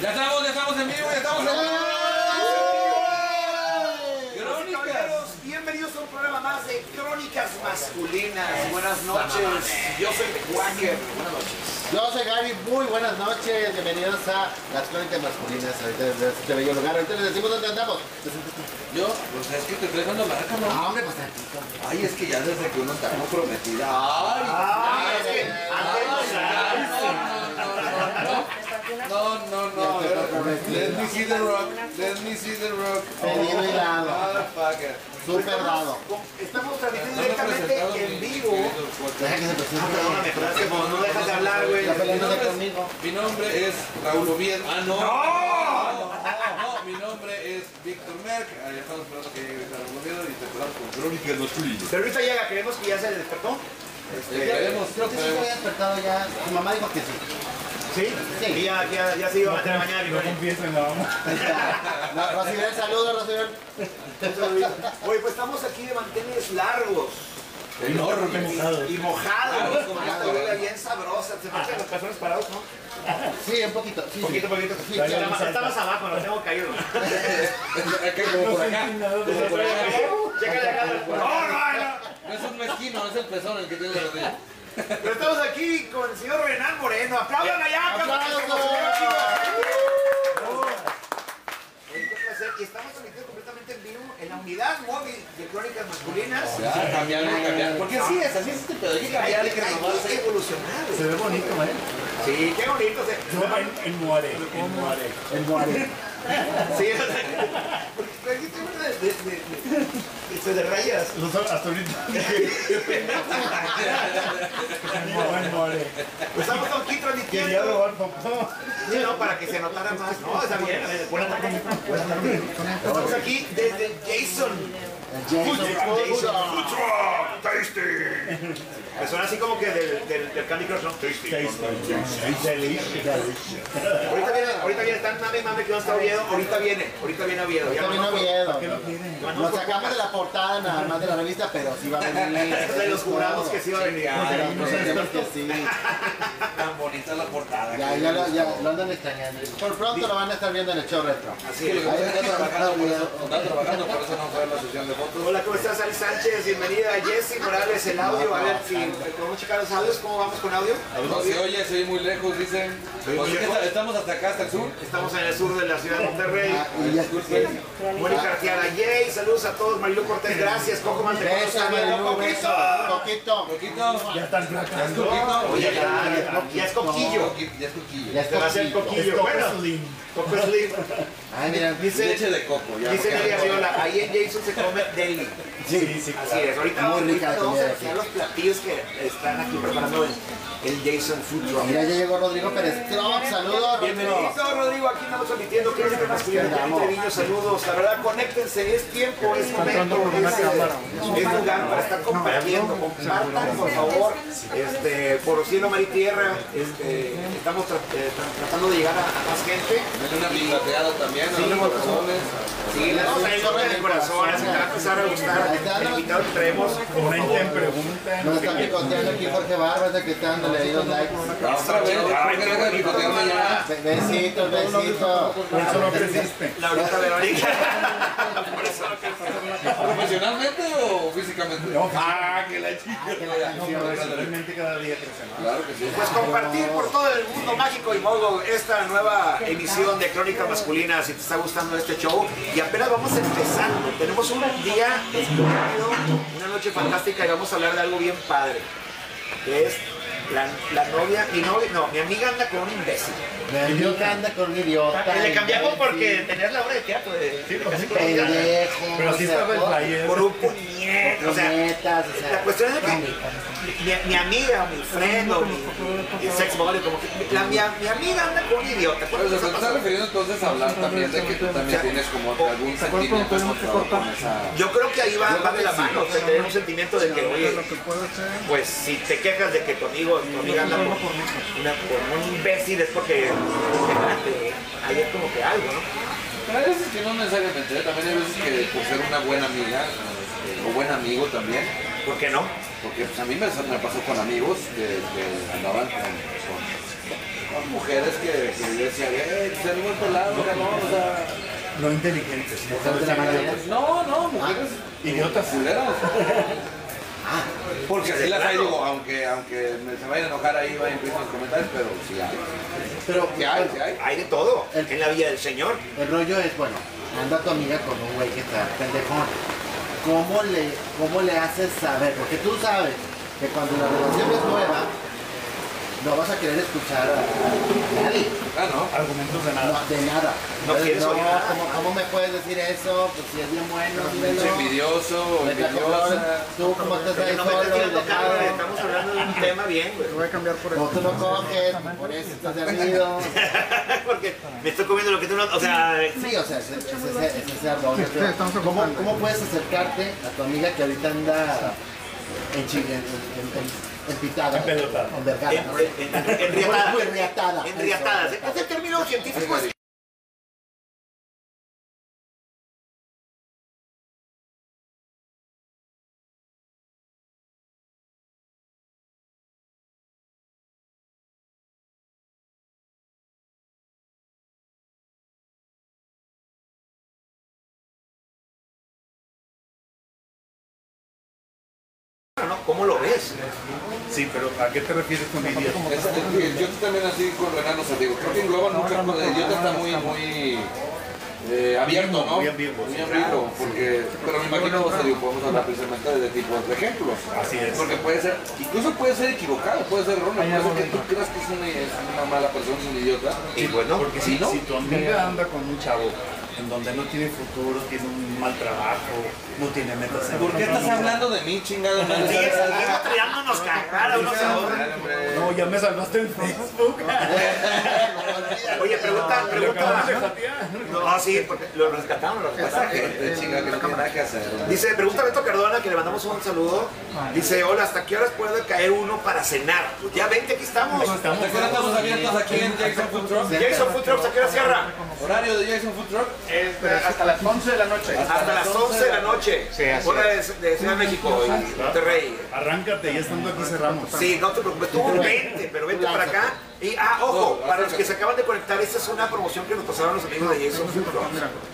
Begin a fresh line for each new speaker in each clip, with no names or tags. Ya estamos, ya estamos en vivo, ya estamos en vivo. Crónicas.
Caballeros, bienvenidos a un programa más de Crónicas Masculinas. Buenas noches. Yo soy Quacker. Buenas noches.
Yo soy Gary, muy buenas noches, bienvenidos a las crónicas masculinas, ahorita desde este bello lugar, ahorita les decimos dónde andamos.
Yo, pues es que te estoy dejando la
Ah,
cámara.
hombre, pues tantito.
Ay, es que ya desde que uno está comprometida. Ay,
Ay, Ah, es que antes
ay,
de
no, no, no, no, no, no, no,
Ya te
no, no,
comprometí.
Let me see the rock. Let me see the rock.
Pedido y dado.
Motherfucker.
Súper dado.
Estamos
No
transmitiendo
me he presentado
directamente en
ni-
vivo.
ni querido fuerte.
Deja que se presente.
Perdóname, pero es que como no dejas de hablar, güey.
Está
Mi
peleándose
nombre, es-
conmigo.
mi nombre es Raúl Oviedo. Ah, no. No, no, mi nombre es Víctor Merck. Ahí estamos esperando que llegue Raúl Oviedo y te esperamos con Crónicas Masculinas.
Pero ahorita llega, creemos que ya se despertó.
Este, Llegaremos,
Creo que sí se había despertado ya, su mamá dijo que sí.
Sí, Y ya, ya, ya se iba a mañana.
No, Rosibel, saludos, Rosibel.
Oye, pues estamos aquí de manteles largos
enorme.
y mojados, con una huele bien sabrosa. Se marchan los calzones parados, ¿no?
Sí, un poquito, sí, sí.
Poquito, poquito.
Sí, sí, la ma-
Estabas abajo, lo tengo caído.
Acá como por acá. Como por acá.
Chécale acá. No, no, no.
No es un mezquino, es el pezón el que tiene la rodilla.
Pero estamos aquí con el señor Renan Moreno. ¡Aplaudan allá! ¡Aplaudan!
¡Aplausos!
Y estamos transmitiendo completamente en vivo en la unidad móvil de Crónicas Masculinas.
Ya, cambiarle, cambiarle. Porque así es, así es este pedo. Hay que
Hay
cambiarle,
hay
que
que
renovarse.
evolucionar.
Se ve bonito, ¿eh?
Sí, qué bonito. se-
Yo en, en Muare, en Muare.
El Moare.
Sí, o sea, porque trajiste una de, de, de, de- este, de rayas.
Los- hasta ahorita en Muare, en Muare.
Pues estamos aquí transmitiendo.
Quería robar papá.
Sí, no, para que se notara más. No, está bien. Estamos aquí desde Jason.
El Jason.
Me suena así como que del, del, del Candy Crush, ¿no?
Delicia.
Ahorita viene, ahorita viene, tan mame, mame que no está Oviedo. Ahorita viene, ahorita viene Oviedo. Ya
Está bien
no-
Oviedo.
¿Qué lo quieren?
no- no-
Lo sacamos de la portada nada más de la revista, pero sí va a venir.
De los jurados que sí iba a venir.
Claro,
Ay, no sé,
creemos que sí.
Tan bonita la portada.
Ya, ya, lo, ya lo andan extrañando. Por pronto lo van a estar viendo en el show retro.
Así que lo que pasa es que está trabajando por eso. Está trabajando por eso no fue a la sesión de fotos.
Hola, ¿cómo estás? Ali Sánchez, bienvenida. Jessy Morales, el audio. A ver si podemos checar los audios. ¿Cómo vamos con audio?
No se oye, soy muy lejos, dicen.
Soy
Pues es
muy
que
lejos.
está- estamos hasta acá, hasta el sur.
Estamos en el sur de la ciudad de Monterrey.
Ah, y ya-
Disculpen.
Mónica Arteaga, yay. Saludos a todos. Marilu Cortés, gracias. Coco Mantecón,
Besos,
saludos.
Marilu,
Coquito.
besos. Coquito.
Coquito.
Ya están flacando.
Coquito.
Oye, ya, ya es Coquillo.
Coqui- Ya es coquillo.
Ya es
Te va a hacer
coquillo.
Coquillo. Bueno, Coco Slim.
Ay, Ah, mira.
Dice,
Leche de coco. ya,
dice
porque-
Nelia Viola, ahí en Jason se come deli.
Sí, sí,
Así es, ahorita
Muy
ahorita
rica la
vamos a
comida de
enseñar los platillos que están aquí preparando el, el Jason Food Truck.
Mira, ya llegó Rodrigo Pérez. Trump, saludos, Rodrigo.
Bienvenido Rodrigo, aquí andamos admitiendo que es el más
Te amo.
saludos. La verdad, conéctense, es tiempo, es momento, es, eh, es lugar para estar compartiendo. Compartan, por favor, este, por cielo, mar y tierra. Este, estamos tra- eh, tra- tratando de llegar a, a más gente.
Denle una bigateada también a los corazones.
Sí, le damos ahí el golpe en el corazón, así que va a empezar a gustar el invitado que traemos.
Comenten, pregunten.
Nos está picoteando aquí Jorge Barbas de que está dándole ahí los likes.
La otra vez,
Ay,
porque
qué
deja de
bonito,
picotearme ya.
Be- Besitos, besitos.
Por eso no creciste.
Laurita Verónica. Por eso no
¿Profesionalmente o físicamente?
No,
Ah, que la chica.
simplemente cada día crecemos.
Claro que sí.
Pues compartir por todo el mundo mágico y modo esta nueva emisión de Crónica Masculina, si te está gustando este show. Y apenas vamos empezando. Tenemos un día espléndido, una noche fantástica y vamos a hablar de algo bien padre. Que es la, la novia, mi novia, no, mi amiga anda con un imbécil.
Me dio que anda con un
Ah,
idiota.
tenías la obra de teatro de, de Casi Crónica.
Pendejo.
Pero sí estaba el flyer.
Por un puñet, o sea,
Puñetas, o sea.
La cuestión es que mi, mi amiga, mi friend, o mi, mi sex buddy, como que la, mi, mi amiga anda con un idiota.
Pero
¿cuántas
se
veces ha
está
pasado?
refiriendo entonces a hablar también de que tú también tienes como que algún sentimiento controlado con esa...
Yo creo que ahí va, va de la mano, o sea, tener un sentimiento de que, oye, pues si te quejas de que tu amigo, tu amiga anda con, una- con un imbécil es porque este, ahí es como que algo, ¿no?
Pero hay veces que no necesariamente, ¿eh? también hay veces que por ser una buena amiga este, o buen amigo también,
¿Por qué no?
porque pues, a mí me, me pasó con amigos que, que andaban con, con- mujeres que, que decían, eh, se animó el pelado, cabrón, o sea,
No inteligentes.
¿Estás de la mala vida?
No, no, mujeres
Idiotas.
culeras. Porque
de
sí las hay,
plano.
digo, aunque, aunque me- se vayan a enojar ahí, vayan a los comentarios, pero sí hay.
Pero
Sí hay, sí hay.
Hay de todo en la Villa del Señor.
el rollo es, bueno, anda tu amiga con un güey que está pendejón. ¿Cómo le, ¿Cómo le haces saber? Porque tú sabes que cuando la relación es nueva, no vas a querer escuchar a a nadie,
Ah, no.
Argumentos de nada.
no, de nada.
No
Entonces,
quieres oír nada.
¿cómo, cómo me puedes decir eso? Pues si es bien bueno,
Es
dímelo.
envidioso,
Vete a
envidiosa.
comer. Tú como estás ahí
Pero no me
solo,
estés tirando
dejado,
cara, eh, estamos hablando de un tema bien, güey.
voy a cambiar por
como tú no coges, por eso estás dormido.
Porque me estoy comiendo lo que tú no. O sea,
Sí, o sea, es, es- es- es ese arroz,
Sí,
pero
estamos
¿Cómo,
ocupando.
¿Cómo puedes acercarte a tu amiga que ahorita anda en chingue, en, en, en- en pitada?
En pelotada.
En vergada, ¿no?
en- en- en- enriatadas.
Muy enriatada.
Enriatadas. Es el término científico. es- ¿no? ¿Cómo lo ves?
Sí, pero ¿a qué te refieres con idiota?
Es- es- yo también así con Renan, o sea, digo, creo que engloban muchas cosas. El idiota está muy, muy eh, abierto, ¿no?
Muy ambiguo,
Muy
sí.
ambiguo, porque, pero me imagino, o sea, digo, podemos hablar precisamente de tipos de ejemplos.
Así es.
Porque puede ser, incluso puede ser equivocado, puede ser erróneo, puede ser que tú creas que es una, es una mala persona, es un idiota.
Y bueno,
Porque si, si tu amiga anda con un chavo en donde no tiene futuro, tiene un mal trabajo, no tiene metas en
¿Por qué estás hablando de mí, chingada madre?
Sí, es- luego tirándonos cagada unos a otros.
No, ya me salvaste en Facebook.
Oye, pregunta,
Lo acabamos de
pregunta.
jatear.
No, sí, porque lo rescatamos, lo
Esa
rescatamos.
gente, chinga, que no tiene nada que hacer.
Dice, pregunta a Beto Cardona, que le mandamos un saludo. Dice, hola, ¿hasta qué horas puede caer uno para cenar? Pues ya ven que aquí estamos.
Estamos
¿Te acuerdas estamos abiertos aquí en Jackson Food Truck?
Jason Food Truck, ¿hasta qué hora cierra?
Horario de Jackson Food Truck. este,
hasta las 11 de la noche.
Hasta las 11 de la noche.
Sí, así
Hora de, de Ciudad de México y Monterrey.
Arráncate, ya estando aquí cerramos.
Sí, no te preocupes, tú vente, pero vente para acá. Y, ah, ojo, para los que se acaban de conectar, esta es una promoción que nos pasaron los amigos de Jason Food Truck.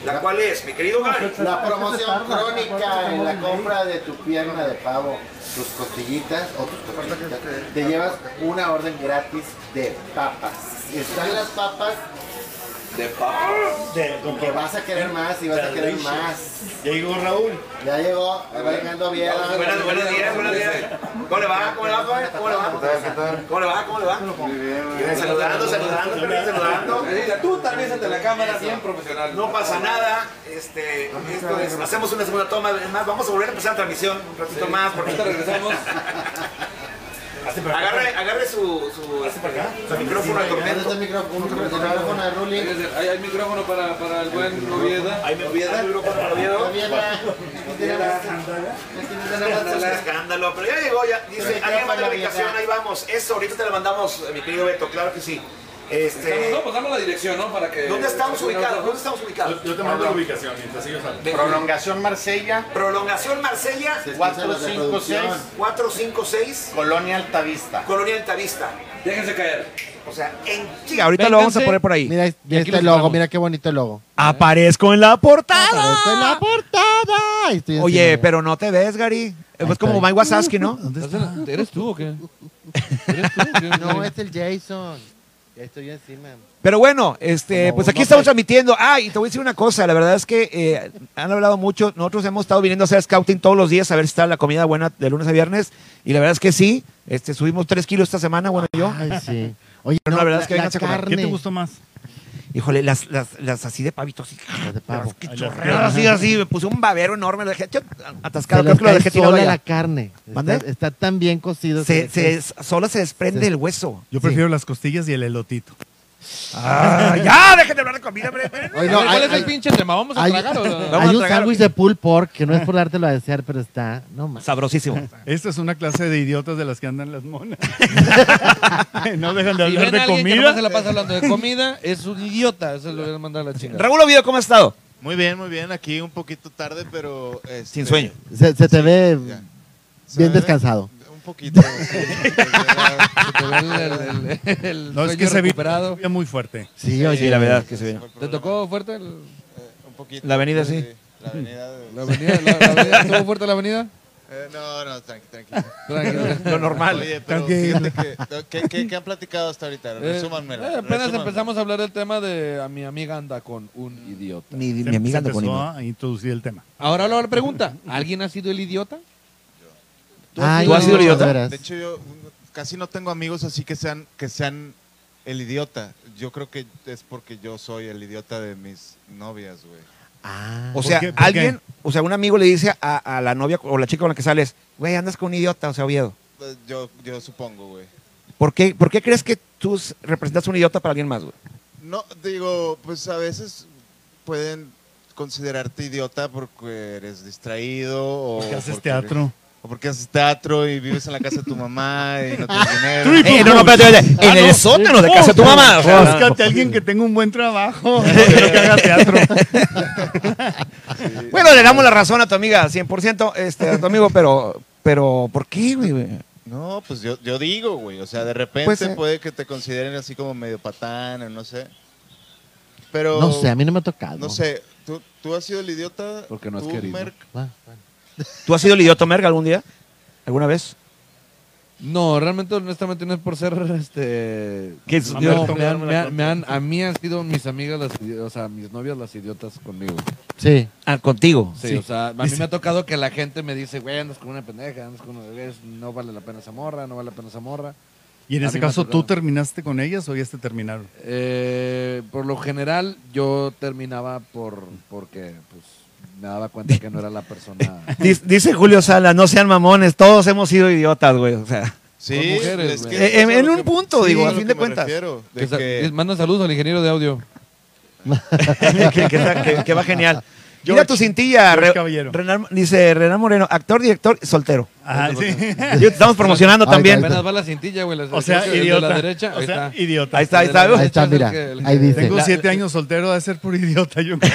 La cual es, mi querido Gary.
La promoción crónica en la compra de tu pierna de pavo, tus costillitas o tus costillitas, te llevas una orden gratis de papas. Están las papas
De papa.
De- con-
que vas a querer más y vas a querer más.
Ya llegó Raúl.
Ya llegó, ahí va llegando bien.
Buenas, buenos días, buenos días. ¿Cómo le va? ¿Cómo le va, joven? ¿Cómo le va? ¿Cómo le va? ¿Cómo le va? Saludando, saludando, perdón, saludando.
Mira, Tú también ante la cámara, bien profesional.
No pasa nada. Este, esto es, hacemos una segunda toma. Es más, vamos a volver a empezar la transmisión un ratito más. Porque
Ahorita regresamos.
Hazte para acá.
agarre, agarre su,
Hazte para
su,
acá.
su micrófono al
Este
tormento.
micrófono, un micrófono de Ruli.
Hay, hay micrófono para, para el buen Novieda.
Ahí me olvida el micrófono para Oviedo.
Bien,
Es un escándalo, pero ya llegó, ya. Dice, alguien manda la ubicación, ahí vamos. Eso, ahorita te la mandamos, eh, mi querido Beto, claro que sí.
Estamos-
Este,
no, pues damos la dirección, ¿no? Para que.
¿Dónde estamos ubicados? ¿Dónde estamos ubicados?
Yo, yo te mando la ubicación mientras ellos salen.
Prolongación Marsella,
Prolongación Marsella
456,
456,
Colonia Altavista.
Colonia Altavista.
Déjense caer.
O sea, en Chica, ahorita lo vamos a poner por ahí.
Mira este logo, mira qué bonito el logo.
Aparezco en la
Está en
Ah.
la portada.
Oye, pero no te ves, Gary. Es como Mike Wazowski, ¿no?
¿Eres tú o qué?
No, es el Jason. Ya estoy encima.
Pero bueno, este,
Como
pues aquí
no
estamos
te-
transmitiendo. Ah, y te voy a decir una cosa, la verdad es que eh, han hablado mucho. Nosotros hemos estado viniendo a hacer scouting todos los días a ver si está la comida buena de lunes a viernes. Y la verdad es que sí, este, subimos tres kilos esta semana, bueno, yo.
Ay, sí. Oye,
Pero la
no, la
verdad es que
que la
vénganse a comer.
carne.
más?
Híjole, las, las, las así de pavitos, así,
La de pavo.
qué chorreadas, así, así, me puse un babero enorme, lo dejé atascado,
Se
creo
les
que lo
cae
dejé tirado
sola
allá.
la carne. Está,
¿Mande?
está tan bien cocido.
Se,
que les
se, solo se desprende el hueso.
Yo
prefiero
las costillas y el elotito.
Ah, ya, dejen de hablar de comida, hombre.
cae- Oye, no,
¿Cuál
hay-
es el
hay-
pinche tema? ¿Vamos a
hay-
tragar o no?
Vamos
hay
a
un
tragar,
sándwich
güey.
de pulled pork que no es por dártelo a desear, pero está. No más.
Sabrosísimo.
Esta es una clase de idiotas de las que andan las monas. no dejan de
Si
hablar
ven
de
a alguien que nomás
comida.
se la pasa hablando de comida, es un idiota. Eso lo voy a mandar a la chingada.
Raúl Oviedo, ¿cómo has estado?
Muy bien, muy bien. Aquí un poquito tarde, pero... este,
Sin sueño.
Se, se te ve
ya. Se
bien
ve
descansado.
Un
poquito. sí, se te va- se te va el- el- el- el
No, es que
sueño
se vi-
recuperado.
se vio muy fuerte.
Sí, oye, la verdad que se ve.
¿Te tocó fuerte el-
Eh, un poquito. La avenida, sí. La avenida. de-
la avenida? ¿La, la avenida? ¿Estuvo fuerte la avenida?
Eh, no, no, tranqui, tranqui.
Tranquilo.
Lo normal.
Oye, pero
Tranquilo.
fíjate que, ¿qué, qué, qué han platicado hasta ahorita?
Eh,
Resúmanmela.
eh, apenas
resúmanmela.
empezamos a hablar del tema de a mi amiga anda con un idiota.
Mi,
Se-
mi amiga
se
anda con
empezó
Iván.
a introducir el tema.
Ahora la pregunta, ¿alguien ha sido el idiota?
Ay,
¿Tú has sido
Ah, no,
idiota?
de veras. De hecho, yo un- casi no tengo amigos así que sean, que sean el idiota. Yo creo que es porque yo soy el idiota de mis novias, güey.
¿Por
O sea,
qué? ¿Por
alguien, o sea, un amigo le dice a, a la novia o la chica con la que sales, güey, andas con un idiota, o sea, Oviedo.
Eh, Yo, yo supongo, güey.
¿Por qué, ¿Por qué crees que tú s- representas un idiota para alguien más, güey?
No, digo, pues a veces pueden considerarte idiota porque eres distraído o
Porque haces
porque-
teatro.
o porque haces teatro y vives en la casa de tu mamá y no tienes dinero.
Eh,
no, no, espérate, espérate. En el sótano de casa de tu mamá. o sea,
Búscate a alguien que tenga un buen trabajo. pero que haga teatro.
Bueno, le damos la razón a tu amiga, 100%, este, a tu amigo, pero, pero ¿por qué, güey?
No, pues yo, yo digo, güey. O sea, de repente
Pues, eh.
puede que te consideren así como medio patán o no sé. Pero.
No sé, a mí no me ha tocado.
No sé. ¿Tú, tú has sido el idiota?
Porque no has
¿Tú,
querido.
Merck?
¿Tú has sido el idiota merga algún día? ¿Alguna vez?
No, realmente, honestamente, no es por ser este.
¿Qué es?
No, me han- me han- me han- a mí han sido mis amigas, las, idi- o sea, mis novias las idiotas conmigo.
Sí.
Ah, contigo.
Sí, o sea, a mí me ha tocado que la gente me dice, güey, andas con una pendeja, andas con una es- no vale la pena esa morra, no vale la pena esa morra.
Y
Ah,
en
A
ese
mí me ha
caso, ¿tú
tocado.
terminaste con ellas o ya te terminaron?
Eh, por lo general, yo terminaba por porque pues, me daba cuenta que no era la persona.
Dice, dice Julio Sala, no sean mamones, todos hemos sido idiotas, güey. O sea,
Sí,
Con mujeres,
es que
güey.
eso
En-
es
en
lo
un punto, digo,
es
a
lo
fin
que
de
me
cuentas.
refiero, de
Que sa-
que-
Manda saludos al ingeniero de audio.
que, que está- que- que va genial. Mira tu cintilla,
George
Re-
Caballero.
Renan- dice Renan Moreno, actor, director, soltero.
Ah, sí.
Yo- te Estamos promocionando
Ay,
también.
Apenas va la cintilla, güey. la-
O sea,
el de
idiota.
la derecha,
o
ahí
sea,
está.
idiota.
Ahí está, ahí
El de la
está.
derecha
Ahí está,
es el
mira,
que- el
ahí
que-
dice.
Tengo
La-
siete años soltero, de ser por idiota. Yo creo.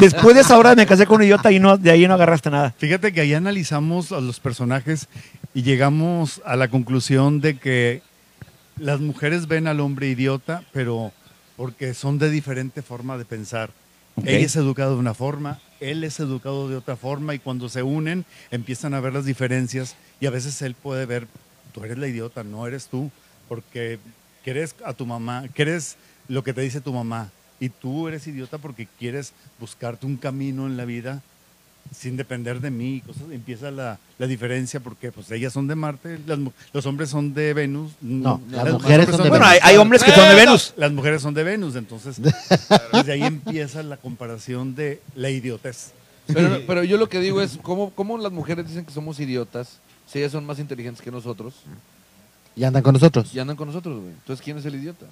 Después de esa hora me casé con un idiota y no, de ahí no agarraste nada.
Fíjate que ahí analizamos a los personajes y llegamos a la conclusión de que las mujeres ven al hombre idiota, pero porque son de diferente forma de pensar.
Ok.
Ella es educada de una forma, él es educado de otra forma y cuando se unen empiezan a ver las diferencias y a veces él puede ver, tú eres la idiota, no eres tú, porque crees a tu mamá, crees lo que te dice tu mamá y tú eres idiota porque quieres buscarte un camino en la vida sin depender de mí. y Cosas, empieza la, la diferencia porque pues ellas son de Marte, las mu- los hombres son de Venus.
No,
mm,
las mujeres son de
Bueno, hay,
Venus.
hay hombres que son de Venus.
Las mujeres son de Venus, entonces desde ahí empieza la comparación de la idiotez.
Pero, pero yo lo que digo es, ¿cómo, ¿cómo las mujeres dicen que somos idiotas si ellas son más inteligentes que nosotros
Y andan con nosotros.
y andan con nosotros, güey? Entonces, ¿quién es el idiota?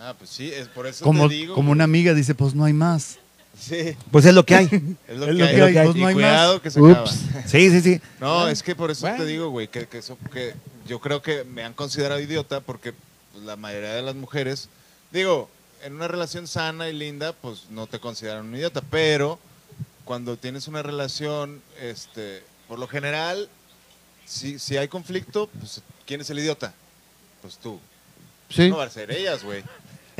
Ah, pues sí, es por eso
Como,
te digo.
como una amiga dice, pues no hay más.
Sí,
Pues es lo que hay.
es lo
Es
que hay.
pues,
Y
no hay más.
cuidado que se acaba.
Ups.
Sí, sí, sí.
No, es que por eso
Bueno.
te digo, güey, que, que eso, que yo creo que me han considerado idiota porque pues, la mayoría de las mujeres, digo, en una relación sana y linda, pues no te consideran un idiota, pero cuando tienes una relación, este, por lo general, si, si hay conflicto, pues ¿quién es el idiota? Pues tú.
Sí.
No van a ser ellas, güey.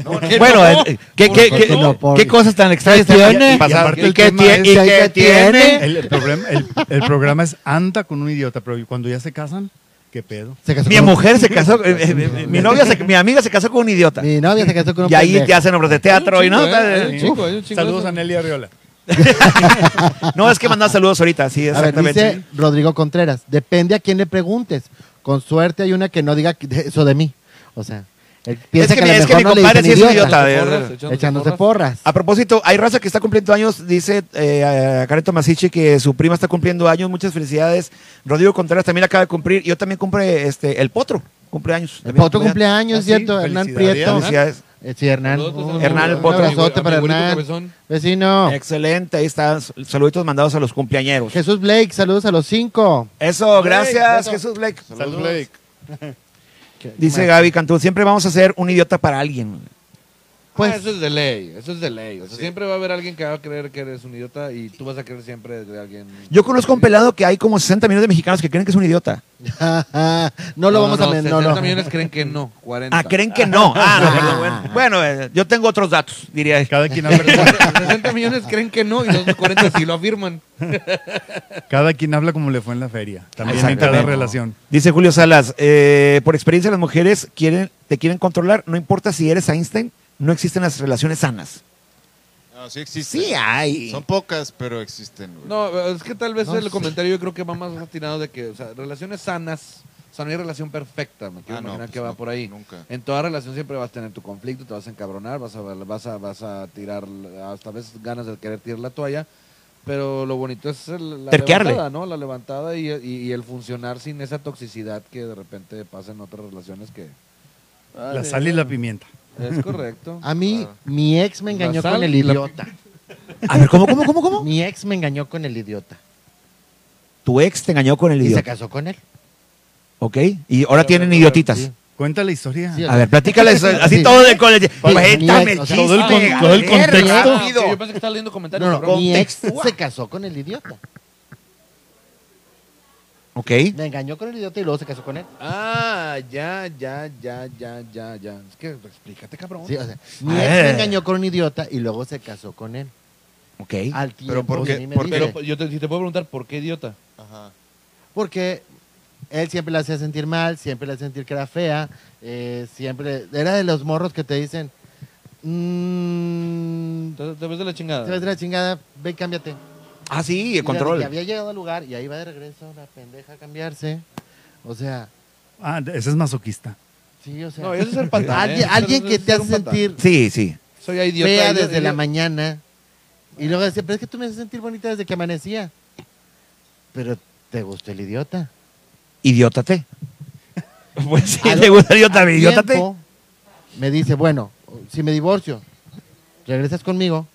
Bueno, eh, ¿qué, qué,
¿Por
qué-
qué no? Por-
qué cosas tan extrañas te
tiene?
pasar?
aparte el
¿Y qué
tema
tie-
es-
y
¿Qué
qué tiene?
tiene?
El, el problema, el- el programa es anda con un idiota, pero cuando ya se casan, ¿qué pedo?
Se casó
Mi
con un-
mujer se casó, eh, eh, eh, mi novia, se- mi amiga se casó con un idiota.
Mi novia se casó con un
Y ahí
pendejo.
te hacen obras de teatro y no.
Hay un chingo, ¿eh? Hay un chingo, hay un chingo de
Saludos
eso.
a Nelly Arriola.
No, es que mandan saludos ahorita, sí,
A ver,
exactamente.
dice Rodrigo Contreras, depende a quién le preguntes. Con suerte hay una que no diga que- eso de mí. O sea, él piensa
que
que,
mi-
a lo
es que
mejor
mi
no le
compadre
dicen
sí es un
idiota,
idiota,
Echándose
eh,
porras,
echándose
porras.
porras.
A propósito, hay raza que está cumpliendo años, dice eh, a Careto Masichi que su prima está cumpliendo años, muchas felicidades. Rodrigo Contreras también acaba de cumplir, yo también cumple este, el Potro, cumple años.
El
también
Potro
cumple años.
cumpleaños,
Ah, sí,
¿cierto? Hernán
felicidades.
Prieto.
Felicidades.
Eh, Sí, Hernán.
Saludos,
Hernán, el
saludos.
potro.
Un abrazote para
A mi abuelito
Hernán.
cabezón.
Vecino.
Excelente, ahí están saluditos mandados a los cumpleañeros.
Jesús Blake, saludos a los cinco.
Eso, gracias Jesús Blake.
Saludos, Blake.
Dice Gaby Cantú, siempre vamos a ser un idiota para alguien.
Pues,
Ah, eso es de ley, eso es de ley. O sea,
Sí.
siempre va a haber alguien que va a creer que eres un idiota y tú vas a creer siempre de alguien.
Yo conozco un pelado que hay como 60 millones de mexicanos que creen que es un idiota.
no lo vamos a... men- No,
60
no.
millones creen que no, 40.
Ah, creen que no. Ah, no, perdón, bueno. Bueno, eh, yo tengo otros datos, diría.
Cada quien habla,
60 millones creen que no y los otros 40 sí lo afirman.
cada quien habla como le fue en la feria. También en cada
Exactamente.
relación.
Dice Julio Salas, eh, por experiencia las mujeres quieren, te quieren controlar, no importa si eres Einstein, no existen las relaciones sanas.
No, sí existen.
Sí hay.
Son pocas, pero existen, güey.
No, es que tal vez
No
el
sé.
comentario yo creo que va más retirado de que, o sea, relaciones sanas, o sea, no hay relación perfecta, me quiero
Ah, no,
imaginar
pues
que va
no,
por ahí.
nunca.
En toda relación siempre vas a tener tu conflicto, te vas a encabronar, vas a, vas a, vas a tirar, hasta a veces ganas de querer tirar la toalla, pero lo bonito es el- la
Terquearle.
levantada, ¿no? La levantada y, y- y el funcionar sin esa toxicidad que de repente pasa en otras relaciones que...
La sal y la pimienta.
Es correcto.
A mí, mi ex me engañó
La sal
con el
y la-
idiota.
A ver, ¿cómo, cómo, cómo, cómo?
Mi ex me engañó con el idiota.
Tu ex te engañó con el
Y se
idiota.
casó con él.
Ok, y ahora tienen idiotitas.
sí.
Cuenta la historia.
Sí, Pues,
A ver, platícales eh, así todo de con el- Cuéntame el
o sea,
chiste.
todo el
con-
a
todo el
ver,
contexto.
rápido.
Ah, ok, yo pensé que estaba leyendo comentarios.
No, no,
cabrón.
mi ex se casó con el idiota.
Ok,
Me engañó con el idiota y luego se casó con él.
Ah, ya, ya, ya, ya, ya, ya. Es que pues, explícate, cabrón.
Sí, o sea, mi
A
ex
ver.
me engañó con un idiota y luego se casó con él.
ok.
Al tiempo,
Pero ¿por qué?
sí me
¿Por qué?
dice.
Pero pues, yo te, si te puedo preguntar, ¿por qué idiota?
Ajá.
Porque él siempre la hacía sentir mal, siempre la hacía sentir que era fea, eh, siempre... Era de los morros que te dicen, mmm,
Entonces, te ves de la chingada.
te vas de la chingada, ve y cámbiate.
Ah, sí,
Y
el
la de que
control.
había llegado al lugar y ahí va de regreso la pendeja a cambiarse. O sea,
Ah, ese es masoquista.
sí, o sea...
No, eso es ser pantano.
alguien alguien que te hace sentir
Sí, sí.
Soy ya idiota.
fea
idiota,
desde la
idiota.
mañana. Y luego decía, pero es que tú me haces sentir bonita desde que amanecía. Pero te gustó el idiota.
Idiótate. Pues sí,
Al-
te gusta idiota,
al
idiótate.
tiempo, Me dice, bueno, si me divorcio, ¿regresas conmigo?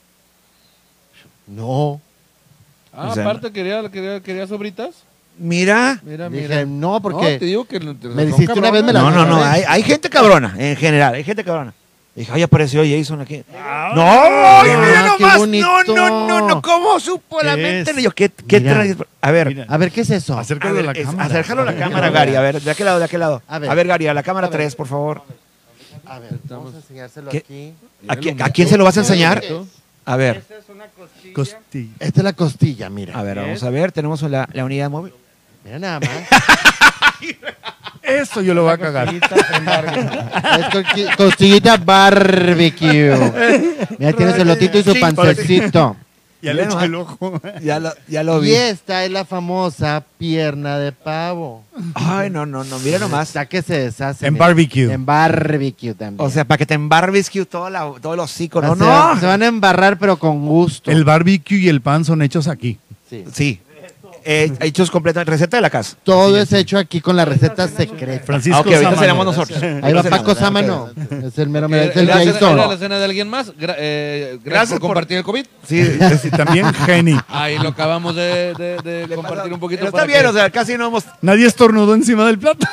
No.
Ah,
O sea,
aparte, quería, quería, quería sobritas.
Mira.
Mira,
Dije,
mira.
no,
No, te
porque
digo que. Me
hiciste una vez, me la-
No, no, no.
madre.
Hay, hay gente cabrona, en general. Hay gente cabrona. Dije, ay, apareció Jason aquí. ¡No! Ah, ¡Ay, mira
Ah, qué
nomás! No,
bonito.
no, no, no. ¿Cómo supo la
¿Qué
mente?
es?
de ellos? ¿qué, qué
Mira.
traes? A ver.
Mira.
a ver, ¿qué es eso?
A
Acércalo
ver,
a la
es-
cámara.
acércalo a la cámara, Gary. A ver, de aquel lado, de aquel lado. A
A
ver,
ver.
Gary, a la cámara
A ver.
3, por favor.
A ver, vamos a enseñárselo
¿Qué?
aquí.
¿A quién, a quién se lo vas a enseñar?
¿Qué es?
A ver,
Costilla.
Esta es la costilla, mira.
a ver, vamos a ver. Tenemos la, la unidad móvil.
Mira nada más.
Eso yo lo voy a cagar.
es coqui- costillita barbecue. Mira, tiene su lotito y su pancecito.
Ya le
Mira
eché el
nomás.
ojo.
Ya lo, ya lo vi.
Y esta es la famosa pierna de pavo.
Ay, no, no, no. Mira nomás.
Está que se deshace.
En
mira.
barbecue.
En barbecue también.
O sea, para que te embarbesque todo, la, todo el hocico. No,
Se van-
no.
Se van a embarrar, pero con gusto.
El barbecue y el pan son hechos aquí.
Sí.
Sí. Eh, hechos completamente. Receta de la casa.
Todo es hecho aquí con la receta secreta.
Francisco
Ah, ok, ahorita
Sámano.
seremos nosotros.
Ahí va
Ahorita
Paco
seremos.
Sámano. Es el mero mero.
Era,
Es el
Eh, la cena, era la
Jason.
cena de alguien más. Gra- eh, gracias,
Gracias
por
por-
compartir el COVID.
Sí.
Y también Jenny.
Ahí lo acabamos de, de- de
Le pasa-
compartir un poquito.
Pero está
para
bien,
que-
o sea, casi no hemos,
Nadie estornudó encima del plato.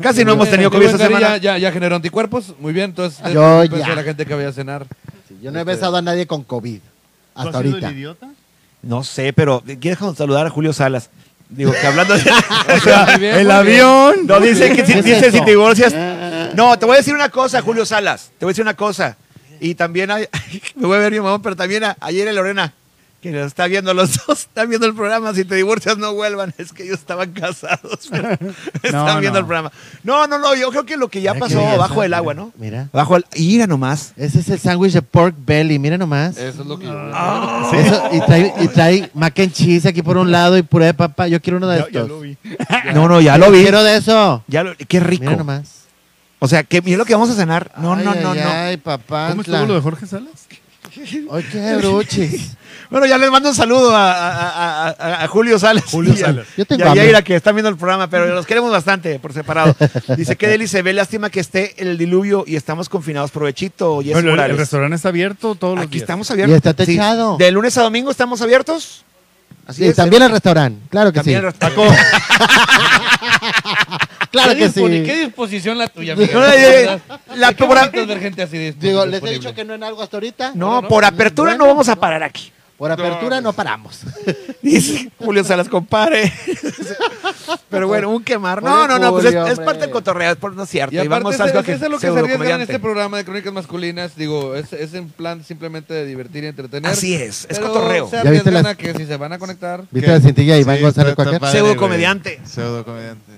casi no hemos tenido
Qué
COVID
buen
esta
Gary,
semana.
Ya, ya, ya generó anticuerpos. Muy bien, entonces.
Yo
después
ya.
de la gente que vaya a cenar.
Sí, Yo no he besado a nadie con COVID. Hasta ahorita.
idiota?
No sé, pero ¿quieres saludar a Julio Salas? Digo, que hablando de... o
Muy
sea,
bien, muy
El
bien.
avión.
no, dice que si,
¿Qué es
dice
eso?
si te divorcias... No, te voy a decir una cosa, Julio Salas. Te voy a decir una cosa. Y también, hay- me voy a ver mi mamá, pero también a- ayer en Lorena, que nos está viendo los dos, están viendo el programa. Si te divorcias, no vuelvan. Es que ellos estaban casados. pero están
No,
viendo
no.
el programa. No, no, no, yo creo que lo que ya
Mira qué
pasó
belleza.
bajo el agua, ¿no?
Mira.
Bajo el... Mira nomás.
Ese es el sándwich de pork belly. Mira nomás.
Eso es lo que yo.
Eso- y, trae, y trae mac and cheese aquí por un lado y puré de papa. Yo quiero uno de
Ya,
estos.
ya lo vi.
No, no, ya lo vi.
Quiero de eso.
Ya lo- qué rico.
Mira nomás.
O sea, que mira lo que vamos a cenar. No,
Ay,
no,
ay,
no, no.
Ay,
Ah,
papá.
¿Cómo estuvo lo de Jorge Salas?
Ay, qué bruchis.
Bueno, ya les mando un saludo a, a- a- a- a Julio Salas.
Julio
Y a-
Salas.
Yo
Y
tengo
a
hambre.
Yaira, que están viendo el programa, pero los queremos bastante por separado. Dice que Deli se ve, lástima que esté el diluvio y estamos confinados. Provechito, y
Bueno, el, el restaurante está abierto todos los
Aquí
días.
estamos abiertos.
Y está techado.
De lunes a domingo estamos abiertos. Así
Sí,
es. ¿eh?
también el restaurante. Claro que
También
sí.
el restaurante.
Claro
¿Qué
que
disponi-
sí.
¿Qué disposición la tuya, amiga?
No, no, eh, la-
la ¿Qué
por-
bonitas ver gente así disp-
Digo, les he
disponible?
dicho que no en algo hasta ahorita.
No, por apertura no vamos a parar aquí.
Por apertura
No,
no paramos.
Dice Julio Salas, compare. Pero bueno, un quemar. No, no, no, pues es,
Julio,
es parte del
hombre.
cotorreo, es por- no es cierto.
Y
Y,
aparte,
vamos a
es,
algo
es-
que
es a lo que se arriesgan en
pseudocomediante.
este programa de Crónicas Masculinas. Digo, es, es en plan simplemente de divertir y entretener.
Así es, es
Pero
cotorreo.
Se
¿Ya viste
arriesgan
las-
a que si se van a conectar.
¿Viste la cintilla de Iván
Sí,
González
está- está
Cuajer?
padre,
Pseudo
güey.
comediante.
Pseudo comediante.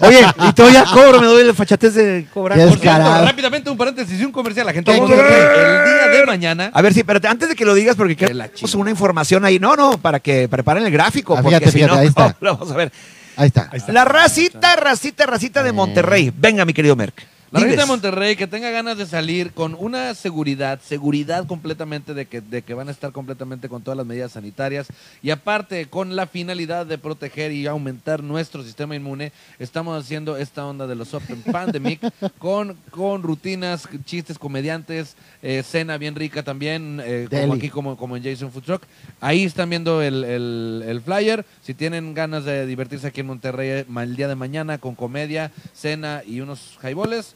Oye, y todavía cobro, me doy la fachatez de cobrar.
Qué
por
Por cierto,
Carajo.
rápidamente un paréntesis y un comercial. La gente
¿Qué
va a ver
quiere?
el día de mañana.
A ver, sí, pero te- antes de que lo digas, porque
Que la
queremos
chingada.
una información ahí. No, no, para que preparen el gráfico.
Ah,
porque
fíjate,
si
fíjate,
no,
ahí está.
Vamos a ver.
Ahí está.
La racita, racita, racita de Monterrey. Venga, mi querido Merck.
Eh. La gente
Diles.
de Monterrey que tenga ganas de salir con una seguridad, seguridad completamente de que, de que van a estar completamente con todas las medidas sanitarias y aparte con la finalidad de proteger y aumentar nuestro sistema inmune, estamos haciendo esta onda de los Open Pandemic con, con rutinas, chistes, comediantes, eh, cena bien rica también, eh, como
Deli.
aquí como, como en Jason Food Truck. Ahí están viendo el, el- el flyer. Si tienen ganas de divertirse aquí en Monterrey eh, ma- el día de mañana con comedia, cena y unos jaiboles,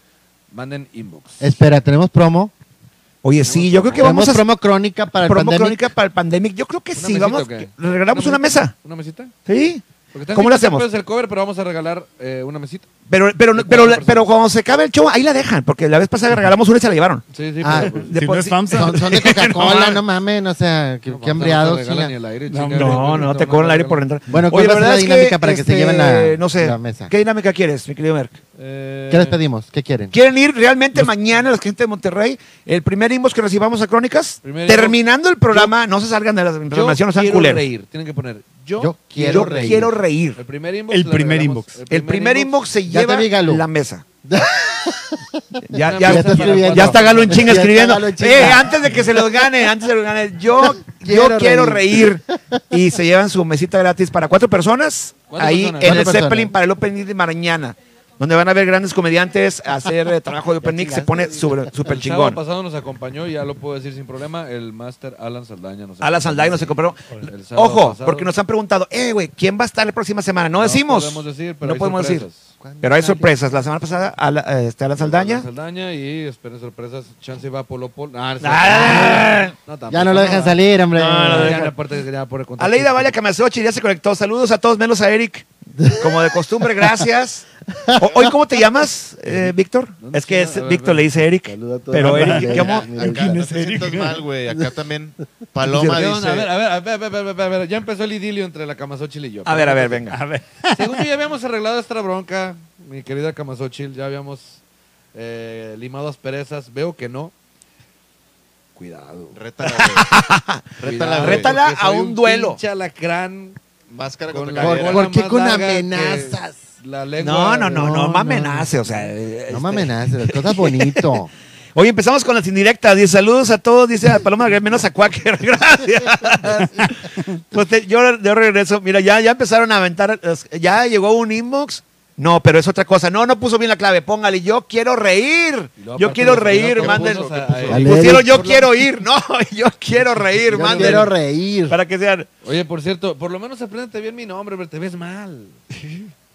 manden inbox.
Eh,
Espera, tenemos promo.
Oye, sí, yo creo que
tenemos
vamos a hacer
promo crónica para el
promo
pandemic.
crónica para el pandemic. Yo creo que
¿Una
sí,
mesita
vamos.
o qué?
que- Regalamos una mesa.
¿Una mesita?
Sí.
Porque están
¿Cómo
50
lo hacemos?
pesos el cover, pero vamos a regalar eh, una mesita.
Pero, pero,
De
pero,
cuatro personas.
pero cuando se acabe el show, ahí la dejan, porque la vez pasada regalamos una y se la llevaron.
Sí, sí.
Ah,
pero, pues,
Si no
por
es
sí-
FAMSA.
Son, son de Coca-Cola,
mames.
no mames, o sea, qué,
No,
qué
vamos,
hambriados,
No, te regalan
chinga.
ni el aire,
No,
chinga,
No, no, te cobran el aire por entrar.
Bueno, ¿cuál
Oye,
va a ser
verdad
la
es este,
dinámica para que se lleven la-
no sé,
la mesa?
¿Qué dinámica quieres, mi querido Merck?
eh,
¿Qué les pedimos? ¿Qué quieren?
¿Quieren ir realmente mañana la gente de Monterrey? El primer inbox que recibamos a Crónicas.
Primer
Terminando el programa, no se salgan de las
Yo
informaciones, no sean
quiero
culeros.
reír. Tienen que poner yo,
Yo
Yo
quiero reír.
quiero reír.
El primer inbox.
El
le
primer
regalamos
inbox.
El primer inbox se
Ya te
lleva
vi, Galo.
la mesa. ya,
Una
ya,
mesa
está
para
escribiendo.
cuatro.
ya está Galo en chinga
Ya está
escribiendo.
Galo en chinga.
Eh, antes de que se los gane, antes de que los gane, yo,
Quiero
yo quiero reír. Y se llevan su mesita gratis para cuatro personas
¿Cuatro
ahí
personas?
en
¿Cuatro
el
personas?
Zeppelin para el Open Mic de mañana. Donde van a ver grandes comediantes hacer eh, trabajo de Open Mic. Se pone súper súper
El sábado
chingón.
pasado nos acompañó, ya lo puedo decir sin problema, el Master Alan Saldaña. nos
A la Saldaña no se
acompañó.
compró.
El sábado
Ojo,
pasado.
porque nos han preguntado, eh, güey, ¿quién va a estar la próxima semana? No,
No
decimos.
podemos decir, pero
No
hay
podemos
sorpresas.
decir. Pero hay sorpresas. La semana pasada Ala- eh, está la Saldaña.
Alan Saldaña y esperen sorpresas. Chance va Polo Polo. Ah, sí.
Ah.
tampoco,
Ya no lo dejan
va.
salir, hombre.
No, no,
Eh, Ya,
dejan.
ya, aparte, ya por el contacto.
Aleida Valle Camasochi ya se conectó. Saludos a todos, menos a Eric. Como de costumbre, gracias. O- ¿Hoy cómo te llamas, eh, Víctor?
¿Dónde
Es que
está?
es-
A ver,
Víctor
ven.
le dice Eric.
Saluda a toda
Pero
la
Eric,
banda.
¿cómo?
Acá, no te sientas mal, güey. Acá también. Paloma
Perdón,
dice.
a ver, a ver, a ver, a ver, a ver, a ver, ya empezó el idilio entre la Camasochil y yo.
A ver, a ver, venga.
A ver,
Según yo ya habíamos arreglado esta bronca, mi querida Camasochil, ya habíamos eh, limado asperezas, veo que no. Cuidado.
Rétala, güey. Rétala, güey.
Rétala
porque
a
soy
un duelo.
Pinche alacrán
Máscara
con
con
la
carrera.
cola
¿Por qué
más
con
larga que
amenazas?
La lengua
No, no, no,
No,
no,
no.
me amenace, o sea.
No
este-
me amenaces, las cosas bonito.
Hoy empezamos con las indirectas. Dice saludos a todos, dice a Paloma, menos a Quaker. Gracias. Pues te- yo, yo regreso. Mira, ya, ya empezaron a aventar. las- Ya llegó un inbox. No, pero es otra cosa. No, no puso bien la clave. Póngale, yo quiero reír.
Y luego
Yo
aparte
quiero
los
reír,
primeros
manden.
que puso, que puso.
Dale,
Pusieron
Eric.
yo quiero ir. No, yo quiero reír,
Yo
manden.
quiero reír.
Para que sean.
Oye, por cierto, por lo menos apréndete bien mi nombre, pero te ves mal.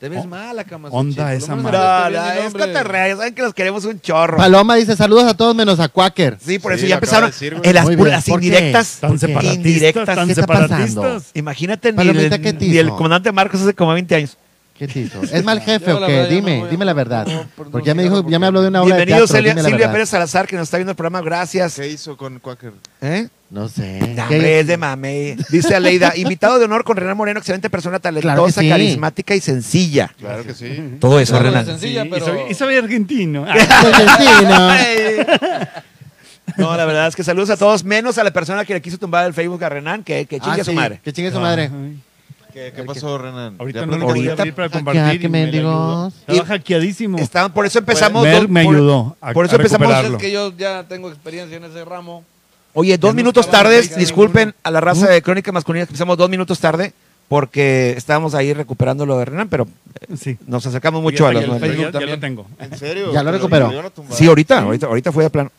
Te ves mal, Camasochil.
onda
por lo
esa
menos
madre.
No,
apréndete bien
no,
mi
es
nombre.
cotorreo. Saben que los queremos un chorro.
Paloma dice saludos a todos menos a Quaker.
Sí, por
Sí,
eso
lo
ya
acabo de
empezaron.
decir, güey.
en las,
Muy bien.
las
¿Por qué?
indirectas.
tan separatistas,
Indirectas,
tan
¿qué está
separatistas.
pasando?
Imagínate, ni
Palomita,
el,
¿qué te
ni el
hizo?
comandante Marcos hace como 20 años.
¿Qué te hizo? ¿Es mal jefe
Yo
o
la
qué?
verdad ya me
Dime,
voy a-
dime la verdad.
no, perdón,
Porque ya me
sí,
dijo,
claro,
ya me habló de una obra de
Bienvenido
teatro,
Celia-
dime la
Silvia
verdad.
Pérez Salazar, que nos está viendo el programa. Gracias.
¿Qué hizo con Quaker?
¿Eh?
No sé.
Nah,
¿Qué-
hombre, es de mame. Dice Aleida, invitado de honor con Renan Moreno, excelente persona,
Claro que
talentosa,
sí.
carismática y sencilla.
Claro que sí.
Todo eso,
Claro,
Renan.
es sencilla,
Sí,
pero...
y, soy, y soy argentino. Ah,
Argentino.
Ay. No, la verdad es que saludos a todos, menos a la persona que le quiso tumbar el Facebook a Renan, que, que chingue
Ah,
a su
sí,
madre.
Que chingue su madre.
ay.
¿Qué, qué pasó, Renan?
Ahorita
Ya
no lo
platicamos.
voy a
ahorita-
abrir para
Ah,
compartir.
qué
y me la ayudó.
mendigos.
Estaba hackeadísimo.
Estaban- por eso empezamos.
Mer
dos-
me
por-
ayudó a-
por eso
a
empezamos.
Pues
recuperarlo.
es que yo ya tengo experiencia en ese ramo.
Oye, dos
no
minutos
estaba
tardes,
dedicado
disculpen
ninguno.
a la raza de Crónica Masculina, que empezamos dos minutos tarde, porque estábamos ahí recuperando lo de Renan, pero
Sí.
nos acercamos mucho
Ya
a los
está, ya-
nueve.
ya- ya
también.
lo tengo.
¿En serio?
Ya lo
¿Te
recuperó.
volvieron a tumbar?
Sí, ahorita, ahorita, ahorita fue de plano.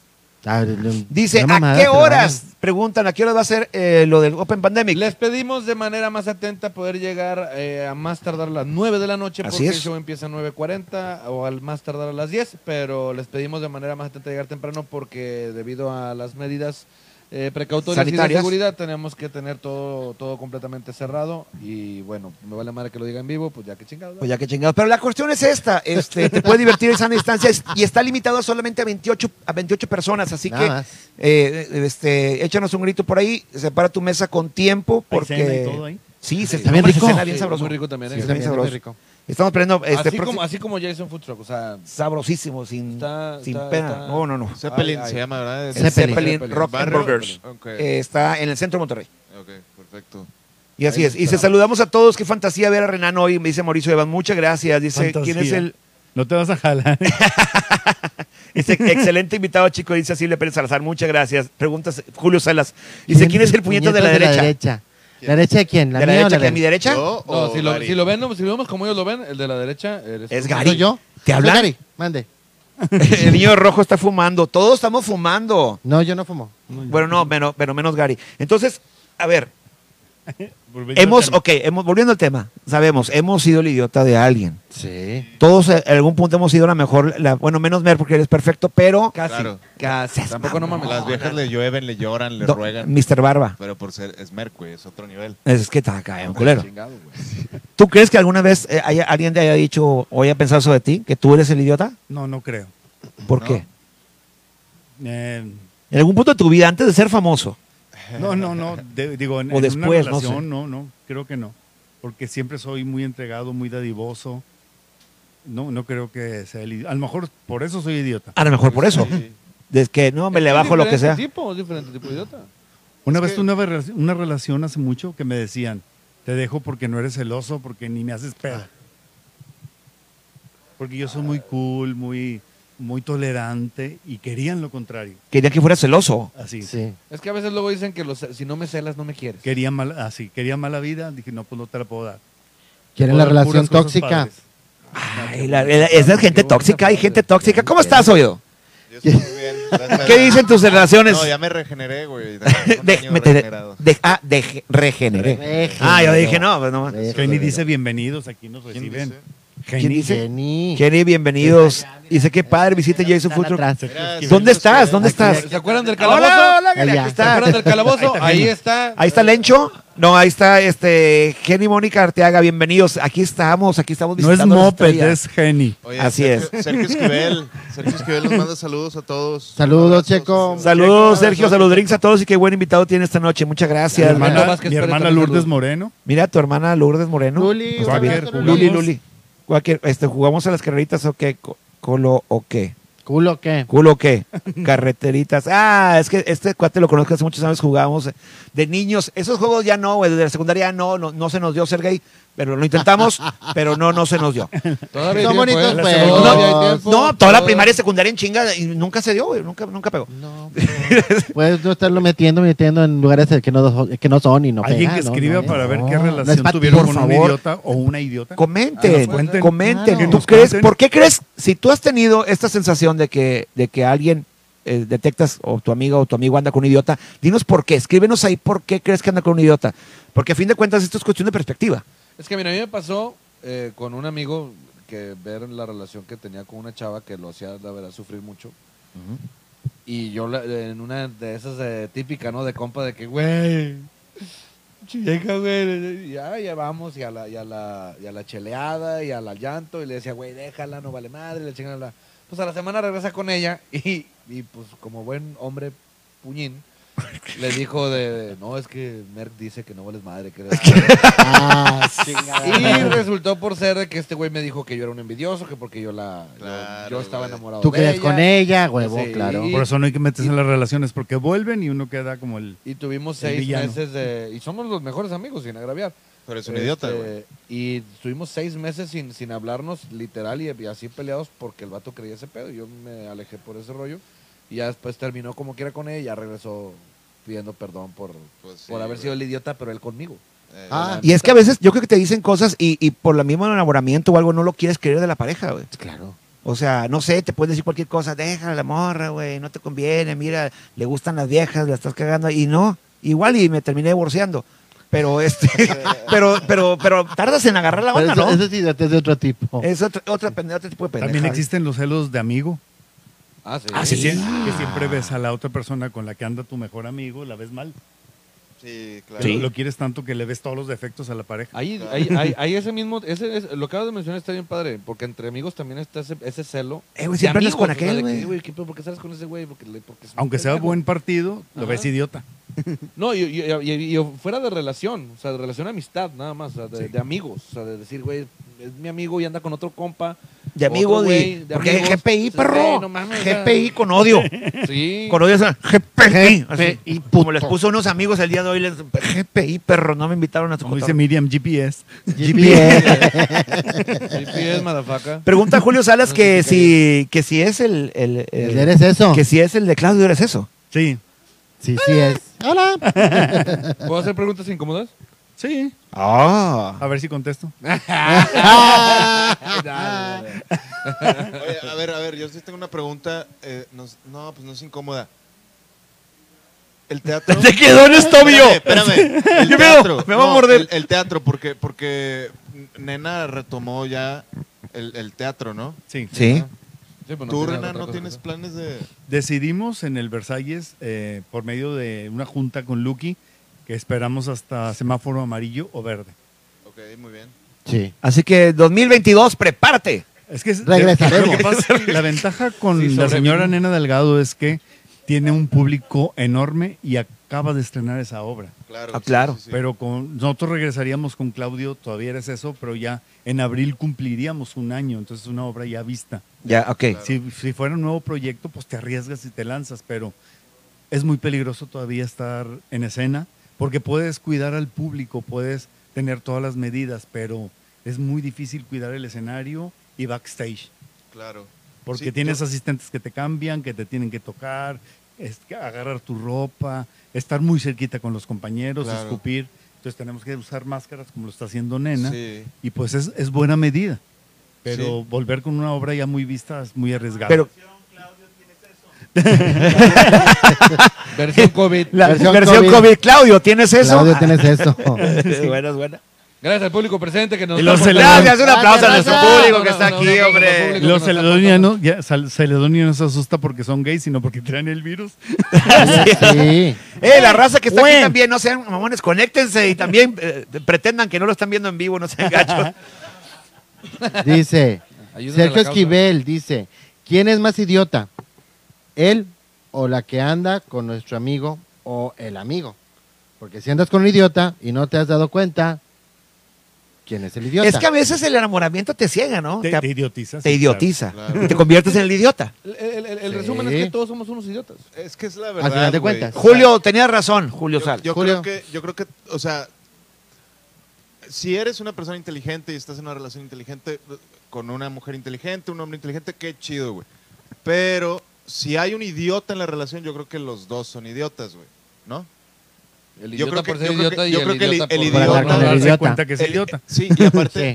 Dice, ¿a qué horas? Preguntan, ¿a qué horas va a ser eh, lo del Open Pandemic?
Les pedimos de manera más atenta poder llegar eh, a más tardar a las 9 de la noche,
Así
porque
es.
el show empieza a 9.40 o al más tardar a las 10, pero les pedimos de manera más atenta llegar temprano porque debido a las medidas eh, precautorias y de
Sanitarias.
seguridad tenemos que tener todo, todo completamente cerrado y bueno, me vale madre que lo diga en vivo, pues ya que chingados.
Pues ya que chingados. Pero la cuestión es esta, este, te puede divertir en sana distancia es- y está limitado solamente a 28, a 28 personas, así
Nada más.
que eh, este, échanos un grito por ahí, separa tu mesa con tiempo porque
cena y todo ahí?
Sí, se
Está bien
hombre, se
rico.
cena bien
Sí,
sabroso.
muy rico también,
Sí,
¿eh?
está bien
También,
sabroso.
muy rico.
Estamos prendiendo este
así,
proxi-
como, así como Jason Food Truck, o sea,
sabrosísimo sin
Está-
sin
está-
pena.
está-
No, no, no.
Zeppelin
Ay, ay.
se llama, ¿verdad? Es-
El Zeppelin,
Zeppelin.
Rock and
Barrio
Burgers.
Zeppelin. Ok,
Eh, está en el centro de Monterrey.
ok, perfecto.
Y así es. Y se saludamos a todos. Qué fantasía ver a Renan hoy. Me dice Mauricio Evan. Muchas gracias. Dice,
Fantasía.
¿quién es el
No te vas a jalar.
Dice, excelente invitado, chico, dice Silvia Pérez Salazar, muchas gracias. Preguntas, Julio Salas. Dice, ¿quién es el puñetas de la derecha? ¿De
¿La derecha de quién? ¿La,
la
mía
derecha?
o la
¿Que a mi
de
derecha?
¿Yo
no,
o
si, lo,
Gary?
si lo ven, si lo vemos como ellos lo ven, el de la derecha eres
Es
tú.
Gary.
¿Soy yo?
¿Te
¿Soy
hablan?
Gary? Mande.
el niño rojo está fumando. Todos estamos fumando.
No, yo no fumo.
Bueno, no, menos, pero menos Gary. Entonces, a ver,
Volviendo
hemos,
al tema.
ok, hemos, volviendo al tema, sabemos, hemos sido el idiota de alguien.
Sí.
Todos eh, en algún punto hemos sido la mejor, la, bueno, menos Mer porque eres perfecto, pero
Casi.
Claro.
casi.
Tampoco no mames.
Las viejas le llueven, le lloran, le
No,
ruegan.
Mr. Barba.
Pero por ser, es Mercury, es otro nivel.
Es que está acá, eh, un culero.
Chingado, güey.
¿Tú crees que alguna vez eh, haya- alguien te haya dicho o haya pensado sobre ti que tú eres el idiota?
No, no creo.
¿Por
No.
qué?
Eh,
En algún punto de tu vida, antes de ser famoso,
no, no, no. de- digo, en,
O
en
después,
una
no sé.
relación, no, no, creo que no. Porque siempre soy muy entregado, muy dadivoso. No, no creo que sea el idi- A lo mejor por eso soy idiota.
a lo mejor por eso. Es que no, me le bajo lo que sea.
Es diferente tipo, es diferente tipo de idiota.
Una
Es
vez
que-
tuve una, rela- una relación hace mucho que me decían, te dejo porque no eres celoso, porque ni me haces
Ah.
pedo. Porque yo soy muy cool, muy, muy tolerante y querían lo contrario.
Quería que fuera celoso.
Así.
Sí.
Es que a veces luego dicen que los, si no me celas, no me quieres.
Quería mal, así, quería mala vida, dije, no, pues no te la puedo dar.
¿Quieren
Puedo
la
dar
relación
puras cosas
tóxica?
padres.
Ay, la- la- esa es gente
Qué bonita
tóxica, hay
frase.
gente tóxica. ¿Cómo estás, oído?
Yo estoy muy bien. gracias.
¿Qué dicen tus relaciones?
No, ya me regeneré, güey. Un
De-
año
me te-
regenerado.
de- ah, de- regeneré. Ah, yo dije, no, pues no más.
Jenny dice bienvenidos, aquí nos
Pues
¿Quién
reciben.
dice?
Jenny,
¿Quién dice?
Jenny.
Kenny, bienvenidos. Dice, qué padre, visite Jason Futuro.
Mira,
¿Dónde
seguimos
estás?
quedando-
¿Dónde estás?
¿Se acuerdan del calabozo?
Hola, hola, mira,
Allá.
aquí
¿Se acuerdan del
está.
calabozo? Ahí está.
Ahí está Lencho. No, ahí está este Jenny Mónica Arteaga, bienvenidos. Aquí estamos, aquí estamos
No es
visitando las
moped,
estrellas.
es Jenny.
Oye,
Así
Sergio- Sergio Esquivel. Sergio Esquivel nos manda saludos a todos.
Saludos,
Abrazos,
Checo.
este,
Saludos, Sergio, saludos drinks a todos y qué buen invitado tiene esta noche. Muchas
Mi
gracias.
Leonardo
hermana,
Vázquez
mi
Pérez
hermana
también
Lourdes
saluda.
Moreno.
Mira, tu hermana Lourdes Moreno.
Luli,
Está
un
bien.
abrazo,
Luli,
Luli.
Luli. Cualquier- este, ¿Jugamos a las carreritas o qué? Co- ¿Colo o qué?
¿Culo qué?
¿Culo o qué? Carreteritas. Ah, es que este cuate lo conozco hace muchos años, jugábamos de niños. Esos juegos ya no, güey, desde la secundaria no, no, no se nos dio ser gay, pero lo intentamos, pero no, no se nos dio.
Todavía
Son
hay tiempo,
bonitos
¿eh?
juegos.
Todavía hay tiempo.
No, toda la
Todavía-
primaria y secundaria en chinga y nunca se dio, güey, nunca, nunca pegó.
No, pero puedes no estarlo metiendo, metiendo en lugares que no, que no son y no
Alguien
pega,
que
no,
escriba
no,
para
no.
ver qué
No es
relación
pa' ti,
tuvieron
por
con un
favor.
idiota o una idiota. Ah,
Comenten,
nos cuenten.
comenten.
Claro.
¿Tú
Nos
crees,
cuenten.
¿Por qué crees, si tú has tenido esta sensación de que, de que alguien eh, detectas o tu amiga o tu amigo anda con un idiota, dinos por qué, escríbenos ahí por qué crees que anda con un idiota. Porque a fin de cuentas esto es cuestión de perspectiva.
Es que mira, a mí me pasó eh, con un amigo que ver la relación que tenía con una chava que lo hacía, la verdad, sufrir mucho. Y yo la- en una de esas eh, típica, ¿no? De compa de que, güey, chica, güey, ya, ya vamos, y a, la, y, a la, y a la cheleada, y a la llanto, y le decía, güey, déjala, no vale madre, le chingan la... Pues a la semana regresa con ella, y, y pues como buen hombre puñín, le dijo de, no, es que Merck dice que no vales madre, que eres...
Ah, chingada.
Y resultó por ser de que este güey me dijo que yo era un envidioso, que porque yo la yo-
Claro,
yo, estaba
güey.
enamorado
Tú
de
querías
ella.
con ella, huevo,
Sí.
claro.
Por eso no hay que meterse en las relaciones porque vuelven y uno queda como el...
Y tuvimos
El
seis
villano.
meses de... Y somos los mejores amigos, sin agraviar.
Pero es un
Este,
idiota, güey.
Y tuvimos seis meses sin, sin hablarnos, literal, y, y así peleados porque el vato creía ese pedo. Yo me alejé por ese rollo. Y ya después terminó como quiera con ella y ya regresó pidiendo perdón por,
Pues sí,
por haber
güey.
sido el idiota, pero él conmigo.
Eh,
Ah,
Y es que a veces yo creo que te dicen cosas y, y por la misma enamoramiento o algo no lo quieres creer de la pareja, güey.
claro.
O sea, no sé, te pueden decir cualquier cosa, déjala la morra, güey, no te conviene, mira, le gustan las viejas, la estás cagando. Y no, igual y me terminé divorciando. Pero este, pero, pero, pero tardas en agarrar la
Pero
onda,
eso,
¿no? Eh,
eso sí, es de otro tipo.
Es otra, otra pende- otro tipo de pendeja.
También existen los celos de amigo.
Ah, sí.
Ah, sí,
que,
sí.
sie- que siempre ves a la otra persona con la que anda tu mejor amigo, la ves mal.
Sí,
que
claro.
Lo, lo quieres tanto que le ves todos los defectos a la pareja.
Ahí,
Claro.
ahí, ahí- ahí ese mismo, ese, ese- lo que acabas de mencionar está bien padre, porque entre amigos también está ese, ese celo.
Eh, güey,
de
siempre andas
amigos,
con
o sea,
aquel,
de que,
güey.
¿qué pedo? ¿Por qué sales con ese güey? Porque le- porque es un
Aunque sea
pendejo.
buen partido, lo
Ajá.
ves idiota.
No, y, y- y- y fuera de relación, o sea, de relación de amistad, nada más, o sea, de, de amigos, o sea, de decir, güey, es mi amigo y anda con otro compa.
De
otro
amigo,
güey,
de, porque
amigos.
GPI,
Dices, güey,
perro.
no mames, o sea,
GPI con odio.
Sí.
Con odio, o sea, GPI. así.
GPI,
Como les puso unos amigos el día de hoy, les, GPI, perro, no me invitaron a su
Como dice
cotorreo.
Miriam, GPS.
Sí, sí, es madafaca.
Pregunta a Julio Salas
No
que
sé si
si, que si es el, el- el-
¿Eres eso?
que ¡Ah! si es el de Claudio eres eso.
Sí.
Sí, sí es. Hola.
¿Puedo hacer preguntas incómodas?
Sí.
Ah.
A ver si contesto.
Oye, a ver, a ver, yo sí tengo una pregunta. eh, no, s- no, pues no es incómoda. El teatro.
Te quedó en estomio.
Espérame, espérame. El
Yo me-
teatro.
me va a
No,
morder.
El, el teatro, porque, porque Nena retomó ya el, el teatro, ¿no?
Sí.
Sí.
Sí, pues no
Tú,
tiene
Nena,
otra
no
cosa
tienes
que hacer.
planes de.
Decidimos en el Versalles, eh, por medio de una junta con Lucky, que esperamos hasta semáforo amarillo o verde.
Ok, muy bien.
Sí.
Así que 2022, prepárate.
Es que es-
Regresaremos.
lo que pasa- la ventaja con
Sí,
la
sobrevivo.
señora Nena Delgado es que tiene un público enorme y acaba de estrenar esa obra.
Claro.
Ah, claro,
Pero con, nosotros regresaríamos con Claudio, todavía eres eso, pero ya en abril cumpliríamos un año, entonces es una obra ya vista.
Ya, ok.
Si, si fuera un nuevo proyecto, pues te arriesgas y te lanzas, pero es muy peligroso todavía estar en escena porque puedes cuidar al público, puedes tener todas las medidas, pero es muy difícil cuidar el escenario y backstage,
Claro.
porque
Sí,
tienes
tú-
asistentes que te cambian, que te tienen que tocar, es, que agarrar tu ropa, estar muy cerquita con los compañeros,
Claro.
escupir. Entonces tenemos que usar máscaras como lo está haciendo Nena
Sí.
y pues es, es buena medida. Pero volver con una obra ya muy vista es muy arriesgado.
Pero
Versión COVID.
la versión,
Versión
COVID.
COVID.
Claudio, ¿tienes eso?
Claudio, tienes eso.
Sí, buena, es buena.
Gracias al público presente que nos
Y los
está aportando-
Gracias, un aplauso a
Gracias,
nuestro
gracias.
público que
No,
está
no, no, no,
aquí,
no, no,
hombre.
público.
Los
que nos
celedonianos, ya, sal- celedonianos se asusta porque son gays, sino porque traen el virus.
Sí.
Eh, la raza que está aquí
Buen.
también, no sean mamones, conéctense y también eh, pretendan que no lo están viendo en vivo, no sean gachos.
Dice.
Ayúdenme a la
Sergio
causa.
Esquivel dice, ¿quién es más idiota? ¿Él o la que anda con nuestro amigo o el amigo? Porque si andas con un idiota y no te has dado cuenta, ¿quién es el idiota?
Es que a veces el enamoramiento te ciega, ¿no?
Te, te idiotizas.
te
Ah, sí,
idiotiza.
claro, claro.
Y te conviertes en el idiota.
El, el- el- el
Sí.
resumen es que todos somos unos idiotas.
Es que es la verdad.
final de
güey.
cuentas.
Julio, tenías razón, Julio
Yo-
Sal.
Yo,
Julio.
creo que, yo creo que, o sea, si eres una persona inteligente y estás en una relación inteligente con una mujer inteligente, un hombre inteligente, qué chido, güey. Pero si hay un idiota en la relación, yo creo que los dos son idiotas, güey. ¿No?
El
Yo
idiota
creo que-
por ser
yo creo que-
idiota y
yo creo
el
que el-
idiota
el
por-
idiota-
claro.
Para
No
darle
darse
idiota.
cuenta que es
El-
idiota.
Sí, y aparte,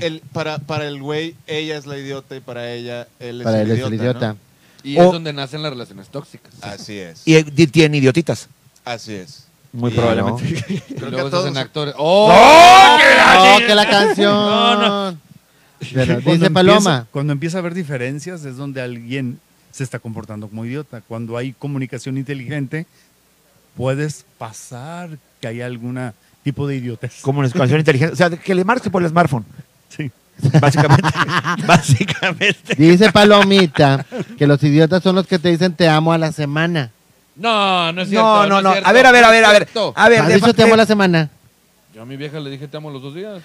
Sí.
el- para, para el güey, ella es la idiota y para ella, él es
Para él
el
es
idiota.
el idiota.
¿no?
Y
O-
es donde nacen las relaciones tóxicas.
Así es.
Y eh, di- tienen idiotitas.
Así es.
Muy
Sí,
probablemente.
Y
Creo que
luego
a
se
todos.
hacen actores. ¡Oh!
No, ¡Oh, que la canción. Bueno,
Cuando
dice
empieza-
Paloma.
Cuando empieza a haber diferencias es donde alguien se está comportando como idiota. Cuando hay comunicación inteligente, puedes pasar que hay algún tipo de idiotez.
Comunicación inteligente. O sea, que le marques por el smartphone.
Sí.
Básicamente. básicamente.
Dice Palomita que los idiotas son los que te dicen te amo a la semana.
No, no es cierto.
No, no,
es
no.
cierto,
A ver, a ver,
no
a
es
ver, Ah. a ver.
cierto.
A ver,
¿Has dicho
de-
te amo a la semana?
Yo a mi vieja le dije te amo los dos días.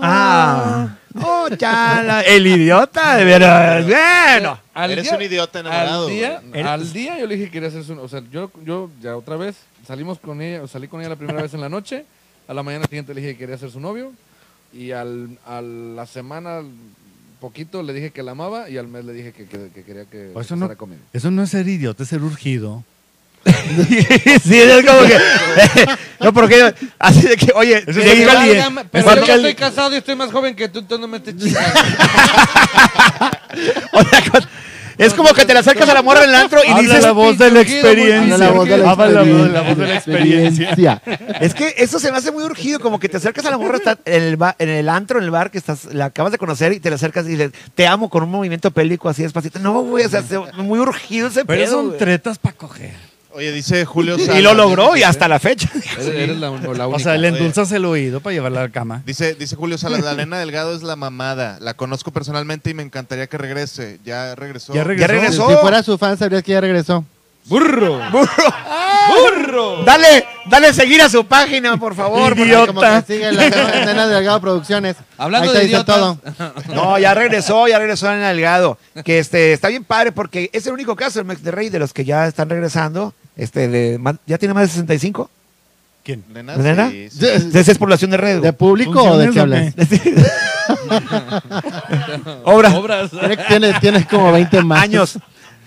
Ah. Oh, chala. El idiota, de veras. Bueno.
Al
Eres un idiota enamorado,
Al día,
güey.
Eres-
al día yo le dije que quería hacerse un... O sea, yo, yo ya otra vez salimos con ella, o salí con ella la primera vez en la noche. A la mañana siguiente le dije que quería ser su novio. Y al, a la semana, poquito, le dije que la amaba. Y al mes le dije que, que- que quería que
Pues eso
se
no-
casara conmigo.
Eso no es ser idiota, es ser urgido.
sí, es como que. No, porque yo- así de que, oye,
Eso
llegué
es
al-
válido.
Válgame, Pero
Juan
yo ya
Cali-
estoy casado y estoy más joven que tú, entonces no me estés chingando.
o sea, con- es como que te le acercas a la morra en el antro y
Habla
dices,
la voz de la
surgido, muy
experiencia.
Habla la voz de la
Habla la voz- la voz de la experiencia.
es que eso se me hace muy urgido, como que te acercas a la morra está en, el ba- en el antro, en el bar que estás, la acabas de conocer y te le acercas y le te amo con un movimiento pélvico así despacito. No, güey, o sea, se- muy urgido ese
Pero
pedo,
son
güey.
tretas para coger.
Oye, dice Julio Salas.
Y lo logró y hasta la fecha.
Eres, eres la, un- la única.
O sea, le
oye.
endulzas el oído para llevarla a la cama.
Dice, dice Julio Salas, la Elena Delgado es la mamada. La conozco personalmente y me encantaría que regrese. Ya regresó.
Ya
Ya
regresó.
regresó.
Si fuera su fan, sabrías que ya regresó.
Burro. Burro. Burro. Dale, dale seguir a su página, por favor. porque
Como que sigue la escena de Delgado Producciones.
Hablando
Ahí te
de
dice
idiotas.
todo.
No, ya regresó, ya regresó en Algado. Que este, está bien padre porque es el único caso del Monterrey de los que ya están regresando. Este, de, ma- ya tiene más de 65.
¿Quién?
Elena,
¿Elena?
sí, sí.
Esa es población de red.
¿De
güey.
público o de
¿Funciones
qué
o
hablas?
Obra.
Obras.
Tienes- Tienes, tienes como 20 más.
Años.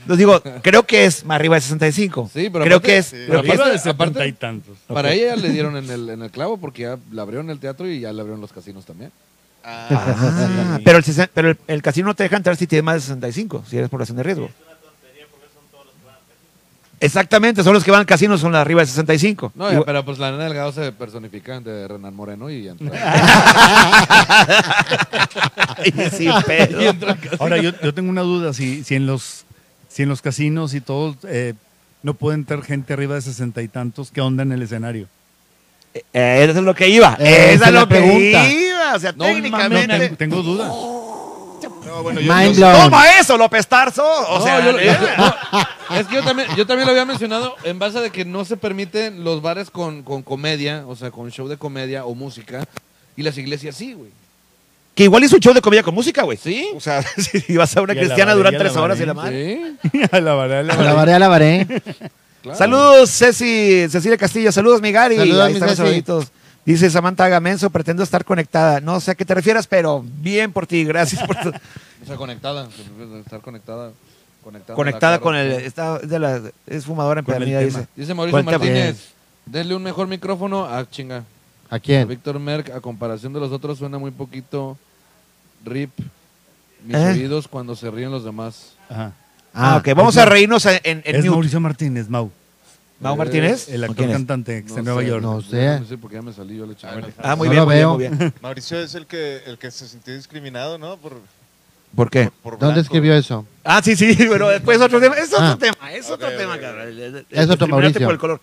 Los digo, creo que es más arriba de 65.
Sí, pero
creo
aparte-
que es.
sí.
creo que es-
Arriba de
aparte-
70 y Este, tantos.
Para ella le dieron en el, en el clavo porque ya la abrieron el teatro y ya la abrieron los casinos también.
Ah,
Ah, Pero, el, sesen- pero el, el casino no te deja entrar si tienes más de 65, si eres población de riesgo. Exactamente, son los que van al casino, son los arriba de 65.
No,
Igual-
ya, pero pues la nena delgado se personifica de Renan Moreno y entra.
Ay, sí, pero- eh,
Ahora, yo, yo tengo una duda. Si, si, en los, si en los casinos y todo eh, no puede entrar gente arriba de 60 y tantos, ¿qué onda en el escenario?
Eh, Eso es lo que iba.
Eh,
Esa
esa
es
es la
lo que
pregunta.
iba. O sea,
No
No,
técnicamente.
tengo, tengo duda.
no, bueno, yo,
Mind
yo-
blown.
Toma eso, López Tarso. O
No,
sea,
yo lo- yo-
eh,
no, es que yo también, yo también lo había mencionado en base de que no se permiten los bares con, con comedia, o sea, con show de comedia o música, y las iglesias sí, güey.
que igual hizo un show de comedia con música, güey.
¿Sí?
O sea, si ibas a una
Y a la
cristiana
madre,
durante
y a la
tres horas y
madre,
la madre.
Sí,
Alabaré, alabaré.
Alabaré, alabaré.
claro.
Saludos, Ceci, Cecilia Castillo. Saludos, mi Gary.
Saludos,
Ahí
mi
están los
Ceci.
saluditos. Dice Samantha Gamenso, pretendo estar conectada. No sé a qué te refieres, pero bien por ti. Gracias por tu-
O sea, conectada, estar conectada. Conectada,
conectada con el. Está de la, es fumadora
Con el
empedernida,
tema.
dice.
Dice Mauricio
Cuéntame.
Martínez, denle un mejor micrófono a chinga.
¿A
A
quién?
Víctor Merck, a comparación de los otros, suena muy poquito rip mis
¿Eh?
oídos cuando se ríen los demás.
Ajá.
Ah, ok. Vamos
es
a
Mau-
reírnos en, en, en
Es
mute.
Mauricio Martínez, Mau.
¿Mau Martínez? ¿O
El actor
quién es?
cantante que está en Nueva
sé,
York.
no. sé.
déjame decir porque ya me salí yo la chingada.
Ah, muy
No
bien,
lo
muy bien,
veo.
muy bien.
Mauricio es el que, el que se sintió discriminado, ¿no? Por,
¿Por qué?
por blanco.
¿Dónde escribió eso?
Ah, sí, sí, pero después otro tema. Es otro
Ah.
tema, es otro tema, cabrón.
Es otro
Discriminarte
Mauricio.
por el color.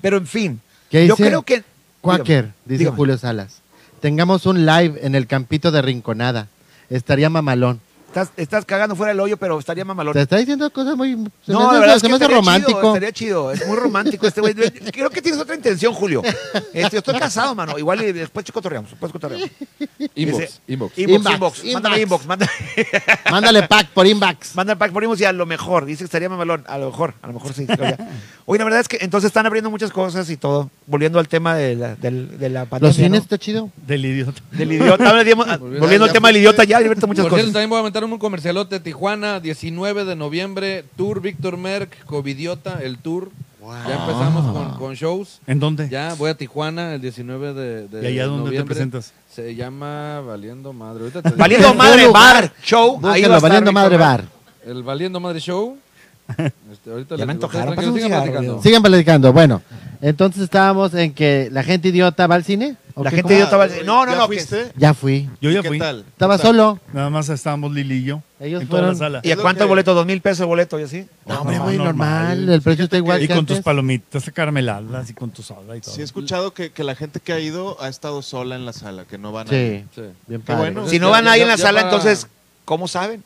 Pero en fin,
¿Qué dice?
yo creo que.
Quaker, dice
dígame.
Julio Salas. Tengamos un live en el campito de Rinconada. Estaría mamalón.
Estás, estás cagando fuera del hoyo, pero estaría mamalón.
Te está diciendo cosas muy... se me
No,
hace-
la verdad es
se
que
me hace
estaría
romántico.
Chido, estaría chido, es muy romántico este güey. Creo que tienes otra intención, Julio. Este, yo estoy casado, mano. Igual y después cotorreamos, después cotorreamos.
Inbox,
Ese-
inbox.
Inbox, inbox,
Inbox,
mándame inbox,
inbox.
mándame,
Mándale pack por inbox.
mándame pack, ponemos y a lo mejor. Dice que estaría mamalón, a lo mejor, a lo mejor sí. creo ya. Oye, la verdad es que entonces están abriendo muchas cosas y todo. Volviendo al tema de la, del- de la pandemia.
Los cines
¿no?
está chido.
Del idiota.
Del idiota. Ahora digamos, ah,
Volviendo
volviendo al
ya
tema del
fue-
idiota, ya ahorita muchas
Por
cosas.
cierto, también voy a meter un comercialote. Tijuana, 19 de noviembre, Tour Víctor Merck, Covidiota, el Tour. Ya empezamos con, con shows.
¿En dónde?
Ya voy a Tijuana el 19 de, de
¿Y allá dónde te
noviembre.
presentas?
Se llama Valiendo Madre. Ahorita te digo.
Valiendo
En
madre
todo lugar.
bar, show. Ahí va a
Búsquenlo,
estar
valiendo madre
Víctor
bar.
El Valiendo Madre Show. Este, ahorita
Ya
les
me
digo.
antojaron,
Ustedes
pásame un
tranquilos,
cigarro,
sigan
Sigan platicando. Bueno, entonces estábamos en que la gente idiota va al cine. ¿O
La
qué?
gente
¿Cómo?
idiota va al
Ah,
cine. No, no,
¿ya
no. que-
fuiste?
Ya fui.
Yo ya
¿Qué
fui.
tal?
Estaba solo.
Nada más estábamos Lili y yo.
Ellos
en toda la
fueron-
sala.
¿Y a
Es lo
cuánto el
que-
boleto? ¿Dos mil pesos el boleto y así?
No, hombre,
no,
güey,
normal.
normal. El precio está igual
Y
que
con tus
antes.
palomitas carameladas y con tu soda y todo.
Sí, he escuchado que, que la gente que ha ido ha estado sola en la sala, que no van a ir.
Sí.
Sí, bien
Qué
padre.
bueno.
Si no
Ya-
van
ya-
ahí en la
ya
sala,
para-
entonces, ¿cómo saben?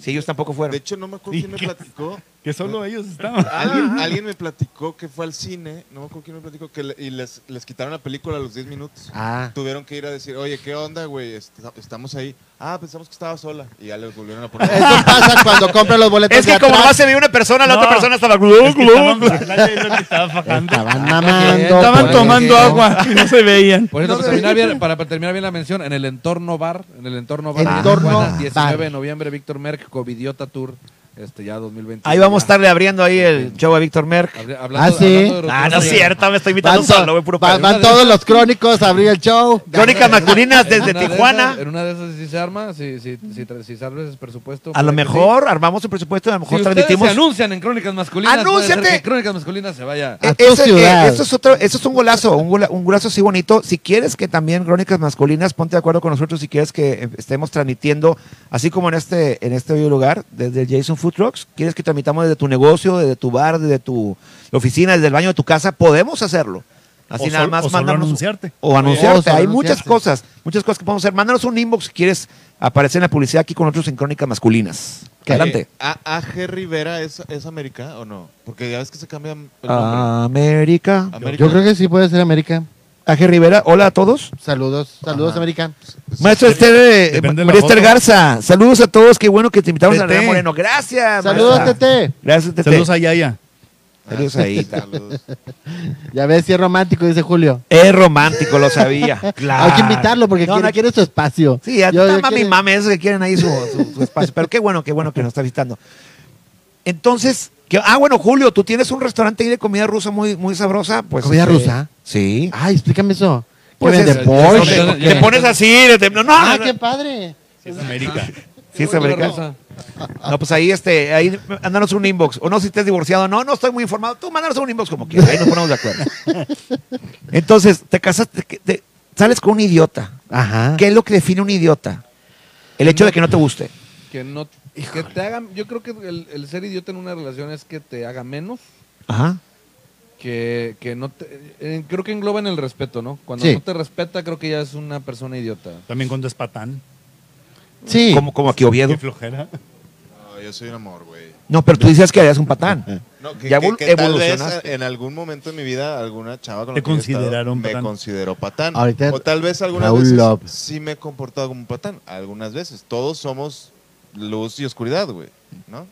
Si ellos tampoco
De
fueron.
hecho, no me acuerdo quién me
¿Y qué?
platicó.
Que solo ellos estaban.
Alguien, alguien me platicó que fue al cine, no me acuerdo quién me platicó, que le- y les, les quitaron la película a los 10 minutos.
Ah,
Tuvieron que ir a decir, oye, ¿qué onda, güey? Est- Estamos ahí. Ah, pensamos que estaba sola. Y ya les volvieron a poner. Eh,
eso pasa cuando compras los boletos
Es que
de
como
atrás.
nomás se ve una persona, la
No.
otra persona estaba.
Es que estaban bailando, es lo que estaba fajando.
Estaban mamando.
Estaban
por eso
tomando
que no.
agua y no se veían.
Por ejemplo, para, terminar bien, para terminar bien la mención, en el entorno bar, en el entorno bar, de
Entorno
Tijuana, 19 de
Bar.
noviembre, Víctor Merck, Covidiota Tour.
Este, ya 2020.
Ahí vamos a estarle abriendo ahí el show a Víctor Merck.
Habla-
Ah,
Hablando,
sí.
hablando de
Ah, no es
roturas,
cierto, me estoy invitando
Van, to-
solo, güey, puro
van-
pedo.
van
Una de-
todos los crónicos a abrir el show.
Crónicas masculinas
En
desde
una de
Tijuana.
esas- en una de esas si se arma, si, si, si, tra- si salves ese presupuesto.
A lo
puede que sí.
mejor armamos el presupuesto, a lo mejor
si
transmitimos.
ustedes se anuncian en Crónicas Masculinas,
¡Anúnciate!
puede ser que Crónicas Masculinas se vaya.
a
Eh,
tu
eh,
ciudad.
eso, es otro, eso es un golazo, un, gola- un golazo así bonito. Si quieres que también Crónicas Masculinas, ponte de acuerdo con nosotros si quieres que eh, estemos transmitiendo, así como en este, en este bello lugar, desde el Jason Food Trucks, quieres que transmitamos desde tu negocio, desde tu bar, desde tu oficina, desde el baño de tu casa, podemos hacerlo. Así
O
nada
sol-
más
o solo
mándanos-
anunciarte.
O
O
anunciarte.
solo
Hay muchas
anunciarte.
cosas, muchas cosas que podemos hacer. Mándanos un inbox si quieres aparecer en la publicidad aquí con nosotros en Crónicas Masculinas. Adelante.
Eh, A- AG Rivera es, es América o no? Porque ya ves que se cambia el nombre.
América.
América.
Ah. Yo creo que sí puede ser América.
Aje Rivera, hola a todos.
Saludos, saludos América.
Pues, ah,
Maestro Esther, eh,
Depende de la
María Esther
foto.
Garza, saludos a todos, qué bueno que te invitamos a
Tete.
René Moreno. Gracias,
Saludos,
maestra.
Tete.
Gracias, Tete.
Saludos a Yaya.
Saludos ahí.
Saludos.
Ya ves si es romántico, dice Julio.
Es romántico, lo sabía. Claro.
Hay que invitarlo porque
No,
quiere,
no hay que-
quiere su espacio.
Sí, a
Yo- yo
mami,
quiere-
mami, esos que quieren ahí su, su- su espacio. Pero qué bueno, qué bueno que nos está visitando. Entonces, que, ah, bueno, Julio, tú tienes un restaurante ahí de comida rusa muy, muy sabrosa. Pues,
¿Comida
este,
rusa?
Sí.
Ay, explícame eso. ¿Qué
Pues
vende
es-
Porsche?
ya-
Te,
ya-
¿O
te
qué?
pones así, te- no, no,
Ah,
no,
qué padre.
Sí, es América.
sí, es
Crónicas
americano.
Rosa.
No, pues ahí, este, ahí, mándanos un inbox. O no, si estés divorciado. No, no estoy muy informado. Tú mándanos un inbox como quieras. Ahí nos ponemos de acuerdo. Entonces, te casaste, que te- sales con un idiota.
Ajá.
¿Qué es lo que define un idiota? El hecho de que no te guste.
Que no que te hagan, yo creo que el, el ser idiota en una relación es que te haga menos,
Ajá.
que, que no te, eh, creo que engloba en el respeto, ¿no? Cuando
Sí.
no te respeta, creo que ya es una persona idiota.
También cuando es patán.
Sí.
Como, como aquí Oviedo.
Qué flojera.
No, yo soy un amor, güey.
No, pero tú dices que eres un
Eh.
patán.
No, que,
Ya
que-
evol-
que tal vez
evolucionaste.
a- en algún momento de mi vida alguna chava con
Te
la que yo he estado
consideraron
me
patán.
consideró patán.
Ahorita
o tal vez algunas
Raúl
veces
Love.
sí me he comportado como un patán. Algunas veces. Todos somos luz y oscuridad, güey. ¿No?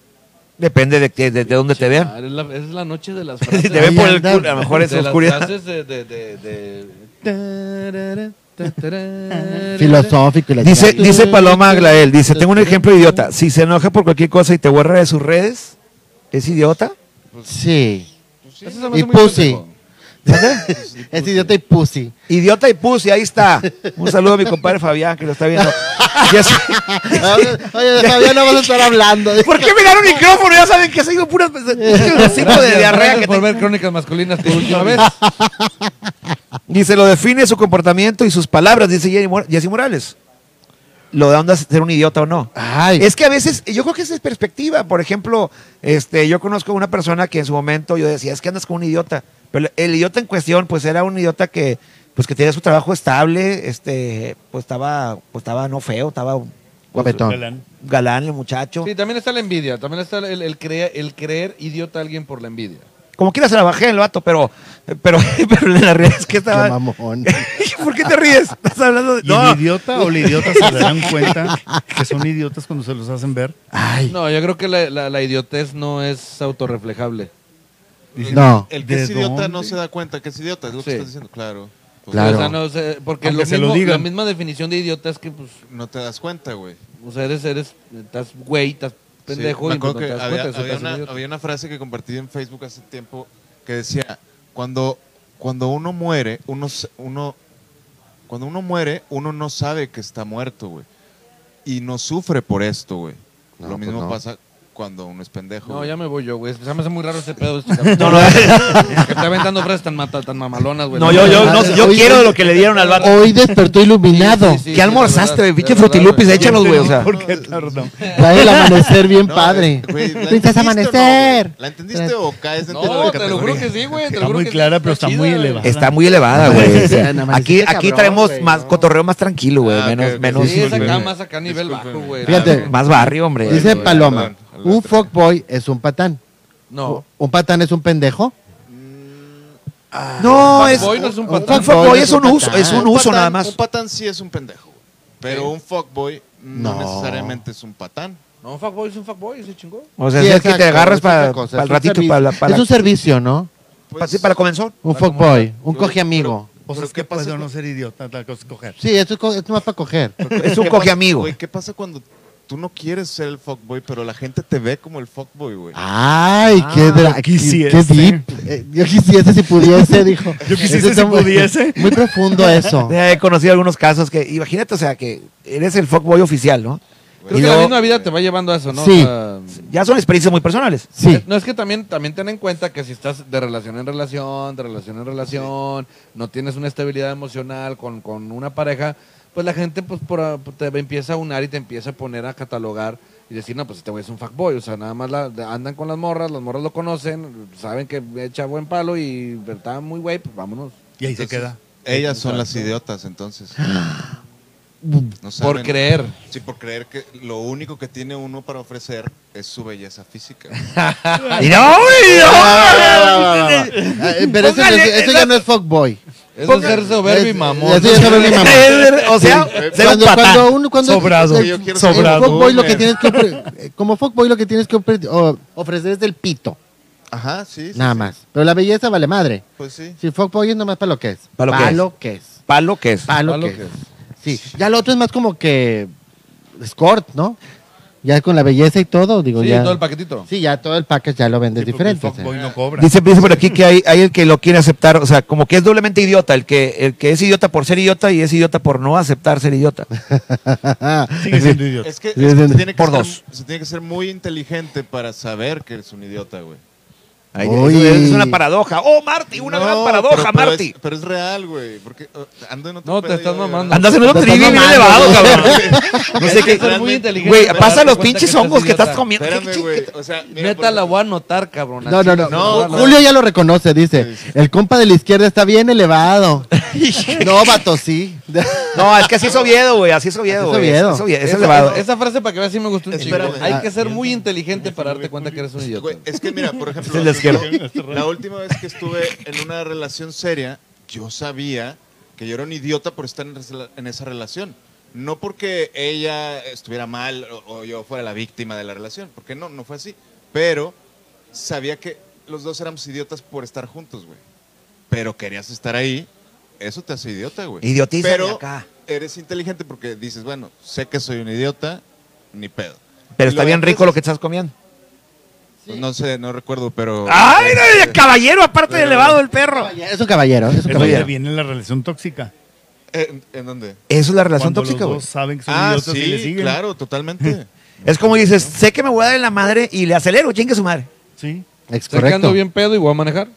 Depende de, que- de, de dónde te vean.
Ah, Es la, es la noche de las
Si
frases.
te ven por el
anda.
culo, a lo mejor es
de las
oscuridad.
frases de- de- de- de- tarara, tarara.
Filosófico y la
Dice,
chingada.
dice Paloma Aglael, dice, tengo un ejemplo idiota. Si se enoja por cualquier cosa y te borra de sus redes, ¿es idiota?
Sí.
Eso se me hace
Y
muy
pussy.
pendejo.
Es idiota y pussy.
Idiota y pussy, ahí está. Un saludo a mi compadre Fabián que lo está viendo. Ya sé-
Oye, todavía no vas a estar hablando.
¿Por qué me dieron micrófono? Ya saben que soy un puro tipo pues, de
Gracias,
diarrea
gracias
que
por
tengo.
ver Crónicas Masculinas por última vez.
Dice, lo define su comportamiento y sus palabras, dice Jenny Mor- Jessy Morales. Lo de onda ser un idiota o no.
Ay,
Es que a veces, yo creo que esa es perspectiva. Por ejemplo, este, yo conozco una persona que en su momento yo decía, es que andas con un idiota. Pero el idiota en cuestión, pues era un idiota que, pues, que tenía su trabajo estable, este, pues estaba, pues estaba no feo, estaba un
guapetón.
Galán.
galán el muchacho.
Sí, también está la envidia. También está el, el, crea- el creer idiota a alguien por la envidia.
Como quiera se la bajé el vato, pero, pero, pero la realidad es que
Qué
estaba.
mamón.
¿Por qué te ríes? Estás hablando de.
Y el
No,
idiota o la idiota se darán cuenta que son idiotas cuando se los hacen ver.
Ay,
No, yo creo que la, la- la idiotez no es autorreflejable.
no.
El que
¿De
es idiota no
dónde?
se da cuenta que es idiota. Es lo
Sí.
que estás diciendo, claro. Pues,
Claro.
O sea, no sé, porque
Aunque
lo
se lo
mismo-
digan.
la misma definición de idiota es que, pues,
No te das cuenta, güey.
o sea, eres, eres, estás güey, estás
Sí,
pendejo
me
y pues,
acuerdo
no
que
te das
había,
cuenta. eso te
había
hace un
una,
idiota.
había una frase que compartí en Facebook hace tiempo que decía, cuando, cuando uno muere, uno, s- uno, cuando uno muere, uno no sabe que está muerto, güey. Y no sufre por esto, güey.
No,
Lo
pues
mismo
no.
pasa cuando uno es pendejo.
No,
güey.
ya me voy yo, güey. Se me hace muy raro este pedo. de Este cabrón.
no, no.
Que está aventando frases tan, mata, tan mamalonas, güey.
No, yo, yo, no, yo
Oye,
quiero lo que le dieron al vato.
Hoy despertó iluminado.
Sí, sí, sí.
¿Qué almorzaste,
de
güey?
verdad,
Pinche
de verdad,
frutilupis, eh.
güey.
Pues échalos, güey. O sea,
¿Por qué tardó?
Trae el amanecer bien
No, eh,
padre.
güey, ¿la
Princesa
entendiste o no, güey?
Amanecer.
¿La entendiste o caes dentro de
No,
la
te lo
categoría?
juro que sí, güey. te lo
Está
juro
muy
que sí,
clara, pero está
chida,
muy
güey.
elevada.
está muy elevada, güey. O sea,
Nada más,
Aquí,
este
aquí
cabrón,
traemos
güey,
más
no.
cotorreo más tranquilo, güey.
Ah,
Menos,
ok, ok,
menos.
Sí, es acá
Discúlpeme.
más acá a nivel
Discúlpeme.
bajo, güey.
Fíjate.
ok.
Más barrio, hombre.
Dice
Perdón,
Paloma,
perdón.
un fuckboy es un patán.
No.
¿Un patán es un pendejo?
no, Ah, es.
Fuckboy no es un patán.
Un fuckboy es un uso, es un
Un
uso
patán-
nada
Un
más.
patán sí es un pendejo, güey. Pero
Sí.
un fuckboy no,
No.
necesariamente es un patán.
No, un fuckboy es un fuckboy, ese chingón.
O sea,
Sí,
es el que te
exacto,
agarras
es otra
para
cosa,
el
es un
ratito,
servicio.
para para-
Es un servicio, ¿no?
para-
Pues,
sí, para comenzar.
Un fuckboy, un coge amigo.
Pues,
O sea, es que puedo no ser idiota, la cosa es coger.
Sí, esto es, co- esto es más para coger.
Es un
Pues, ¿Qué
coge
pasa-
amigo.
Güey, ¿qué pasa cuando tú no quieres ser el fuckboy, pero la gente te ve como el fuckboy, güey.
Ah,
Ay, qué, dra- qué-
quisiese.
qué deep. Eh, yo quisiese si pudiese, dijo.
Yo quisiese
Eso está
si
muy-
pudiese.
Muy profundo eso.
He conocido algunos casos que, imagínate, o sea, que eres el fuckboy oficial, ¿no?
Pues
Creo
Y
que la
luego-
misma vida te va llevando a eso, ¿no?
Sí.
O sea,
Ya son experiencias muy personales.
Sí.
No es que también, también ten en cuenta que si estás de relación en relación, de relación en relación, no tienes una estabilidad emocional con, con una pareja, pues la gente pues por, a- te empieza a unar y te empieza a poner a catalogar y decir, no, pues este güey es un fuckboy, o sea, nada más la- de- andan con las morras, las morras lo conocen, saben que echa buen palo y está muy güey, pues vámonos.
Y ahí se
Entonces,
queda.
Ellas son las idiotas, entonces. No saben.
Por creer.
Sí, por creer que lo único que tiene uno para ofrecer es su belleza física.
Y no, y no.
Eh, Pero eso,
Póngale,
eso- eso ya no es fuckboy.
Eso es ser soberbio y
Es-
mamón.
Eso ya es soberbio y mamón.
O sea, ser un
cuando,
patán.
cuando uno- cuando-
Sobrado.
el-
Yo
el
quiero ser sobrado.
fuckboy lo que tienes que ofre- eh, como fuckboy lo que tienes que ofre- o- ofrecer es del pito,
Ajá, sí. sí,
nada
sí.
más. Pero la belleza vale madre.
Pues sí.
Si fuckboy es nomás para lo que es.
Pa' lo que
Pa'
es.
lo que es.
Palo que es.
Pa' lo que es. Sí. Ya lo otro es más como que escort, ¿no? Ya con la belleza y todo, digo
Sí,
ya.
todo el paquetito.
sí, ya todo el package ya lo vendes
Sí, porque
diferente.
El
o sea.
fuckboy
Ah.
no cobra.
Dice, dice por aquí que hay, hay el que lo quiere aceptar, o sea, como que es doblemente idiota, el que, el que es idiota por ser idiota y es idiota por no aceptar ser idiota.
Sigue siendo idiota.
Es que, es
Sí, sí,
que
sí.
se tiene que
Por
ser-
dos.
Se tiene que ser muy inteligente para saber que eres un idiota, güey.
Ay,
Oye.
Es una paradoja. ¡Oh, Marty! ¡Una
No,
gran
pero-
paradoja,
pero
Marty!
es- pero es real, güey. Porque uh, ando en otro
No, te
pedo
estás
yo, güey,
mamando.
Andas en otro
Te estás
trivi bien
mamando,
elevado,
güey.
cabrón. No sé
Hay que
qué.
ser muy inteligente
Güey,
para
pasa
darte
los
cuenta
pinches
que estás
hongos que
idiota.
estás comiendo.
Espérame, güey. O sea, mira,
Neta
por-
la voy a anotar, cabrón.
No,
así.
no, no.
No, no.
Julio ya lo reconoce, dice. El compa de la izquierda está bien elevado. no, vato, sí.
No, es que así es Oviedo, güey. Así es Oviedo,
Así es
güey. Es-
Oviedo.
Es Oviedo. Es
Esa-
elevado.
esa, frase para que veas si me gustó un chingo.
Espérame. ah,
Hay que ser muy inteligente para darte cuenta que eres un idiota.
Este Güey, es que mira, por ejemplo,
Es la izquierda.
la última vez que estuve en una relación seria, yo sabía que yo era un idiota por estar en, esa- en esa relación. No porque ella estuviera mal o, o yo fuera la víctima de la relación, porque no, no fue así. Pero sabía que los dos éramos idiotas por estar juntos, güey. Pero querías estar ahí, eso te hace idiota, güey.
Idiotízame
Pero
acá.
eres inteligente porque dices, bueno, sé que soy un idiota, ni pedo.
Pero está
Lo
bien
otro
rico
es-
lo que estás comiendo.
Pues no sé, no recuerdo, pero... este,
¡Ay, no, caballero! Aparte de elevado el perro.
Es un caballero, es un
Es donde
caballero.
viene la relación tóxica.
¿En, en dónde?
Eso es la relación
Cuando
tóxica,
los
güey.
dos saben que son
Ah,
idiotas y le
sí,
siguen.
claro, totalmente.
Es como dices, sé que me voy a dar en la madre y le acelero, chingue su madre.
Sí.
Es
Sé que
correcto.
ando bien pedo y voy a manejar.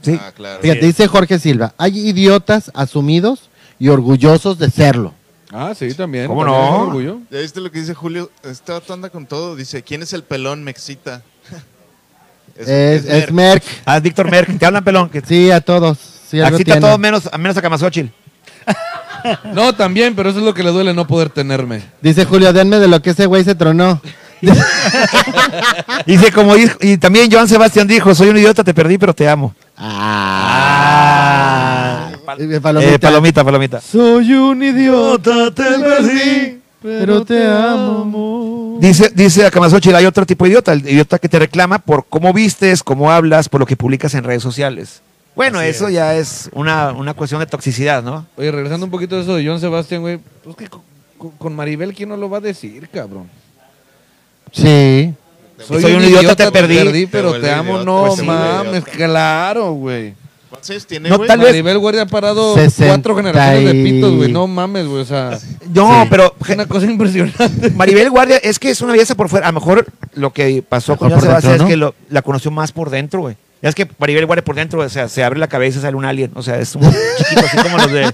Sí.
Ah, claro.
Fíjate, dice Jorge Silva, hay idiotas asumidos y orgullosos de serlo.
Ah, sí, también.
¿Cómo También no? es orgullo.
¿Ya viste lo que dice Julio? Este vato anda con todo. Dice, ¿quién es el pelón? Me excita.
Es, es, Merck.
Merck.
Ah, Víctor Merck, te hablan pelón. Que
Sí, a todos. Sí, algo
Axita
tiene.
todo menos, a menos a Camasochil.
No, también, pero eso es lo que le duele no poder tenerme.
Dice Julio, denme de lo que ese güey se tronó.
Dice como dijo- y también Joan Sebastián dijo, soy un idiota, te perdí, pero te amo. Eh, Ah.
Eh,
palomita.
Palomita.
palomita, palomita.
Soy un idiota,
te perdí.
pero te amo.
Dice, dice a Camasochil, hay otro tipo de idiota, el idiota que te reclama por cómo vistes, cómo hablas, por lo que publicas en redes sociales. Bueno,
Así
eso
es.
ya es una, una cuestión de toxicidad, ¿no?
Oye, regresando un poquito a eso de John Sebastián, güey. Pues que co- co- con Maribel, ¿quién no lo va a decir, cabrón?
Sí.
Soy un idiota, te perdí.
pero
Te
te,
vuelve
amo.
idiota.
No
Pues sí,
mames,
idiota.
claro, güey.
¿Cuántos años tiene,
No,
güey?
tal vez-
Maribel Guardia ha parado
Sesenta
cuatro generaciones de
y-
pitos, güey. No mames, güey. O sea, es
No, pero
una cosa impresionante.
Maribel Guardia es que es una belleza por fuera. A lo mejor lo que pasó
Mejor
con Joan
por dentro,
Sebastián es
¿no?
que lo- la conoció más por dentro, güey. Ya es que Maribel Guardia por dentro, o sea, se abre la cabeza y sale un alien. O sea, es un chiquito así como los de.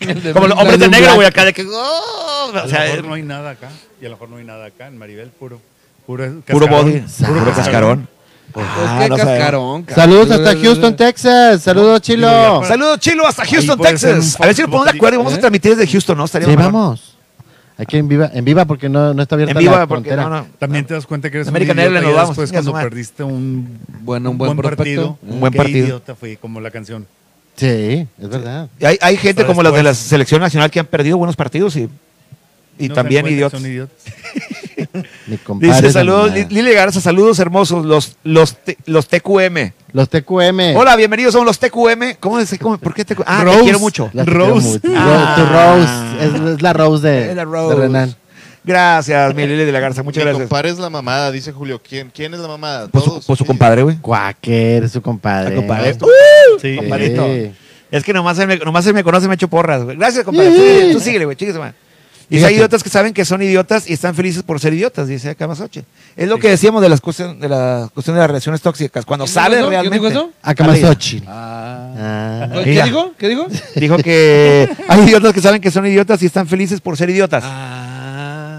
El de
Como los
Blinda
hombres de
Luna.
negro, güey, acá de que. "Oh",
A
o
lo
sea,
mejor no hay nada acá. Y a lo mejor no hay nada acá en Maribel, puro. Puro,
puro
cascarón.
body. Puro cascarón.
Pues
Ah,
qué
no sabemos.
cascarón, cabrón.
Saludos hasta Houston, Texas. Saludos, Chilo.
Saludos, Chilo, hasta Houston,
puede ser
Texas.
un
A ver si lo ponemos de acuerdo y vamos a
¿Eh?
transmitir desde Houston, ¿no? Estaría
Sí,
mejor.
vamos. Aquí en viva, en viva porque no, no está abierta
En vivo,
la
porque.
frontera.
No, no.
También te das cuenta que eres
American
un idiota
Airlines,
y
nos vamos,
después
chinga su
cuando
madre.
perdiste un,
Bueno, un buen prospecto.
partido,
Un buen
qué
partido.
idiota fue como la canción.
Sí, es verdad.
Hay, hay gente
Pero
como las de la
después-
selección nacional que han perdido buenos partidos y, y
No se
también idiotas.
encuentran, son idiotas.
Mi compadre.
Dice
es
saludos,
dominada.
Li- Lili Garza, saludos hermosos, los, los, T- los TQM.
Los TQM.
Hola, bienvenidos, son los TQM. ¿Cómo se cómo- ¿Por qué TQM? Ah, te
Rose.
quiero mucho.
La
Rose.
Rose.
Ah.
Rose. Es, es la Rose de,
Es la
de
Rose.
Renan.
Gracias, mi Lili de la Garza, muchas
Mi
gracias.
compadre es la mamada, dice Julio. ¿Quién, quién es la mamada?
Pues su,
Todos.
pues su
Sí.
compadre, güey.
Cuáquer, su compadre.
Ah, compadre.
Sí.
¡Uh!
Sí.
Compadrito. Es que nomás él me, nomás él me conoce, me echo porras, güey. Gracias, compadre. Sí, tú síguele, güey. Chíguese, man. Y si hay
Fíjate.
idiotas que saben que son idiotas y están felices por ser idiotas, dice acá Mazoche. Es lo que decíamos de las cuestión, de la cuestión de las relaciones tóxicas. Cuando
¿Quién
sabes
dijo eso? ¿Quién
realmente.
dijo eso?
Acamazochi.
Ah,
Ah.
Oye,
Mira.
¿Qué dijo? ¿Qué dijo?
Dijo que hay idiotas que saben que son idiotas y están felices por ser idiotas.
Ah.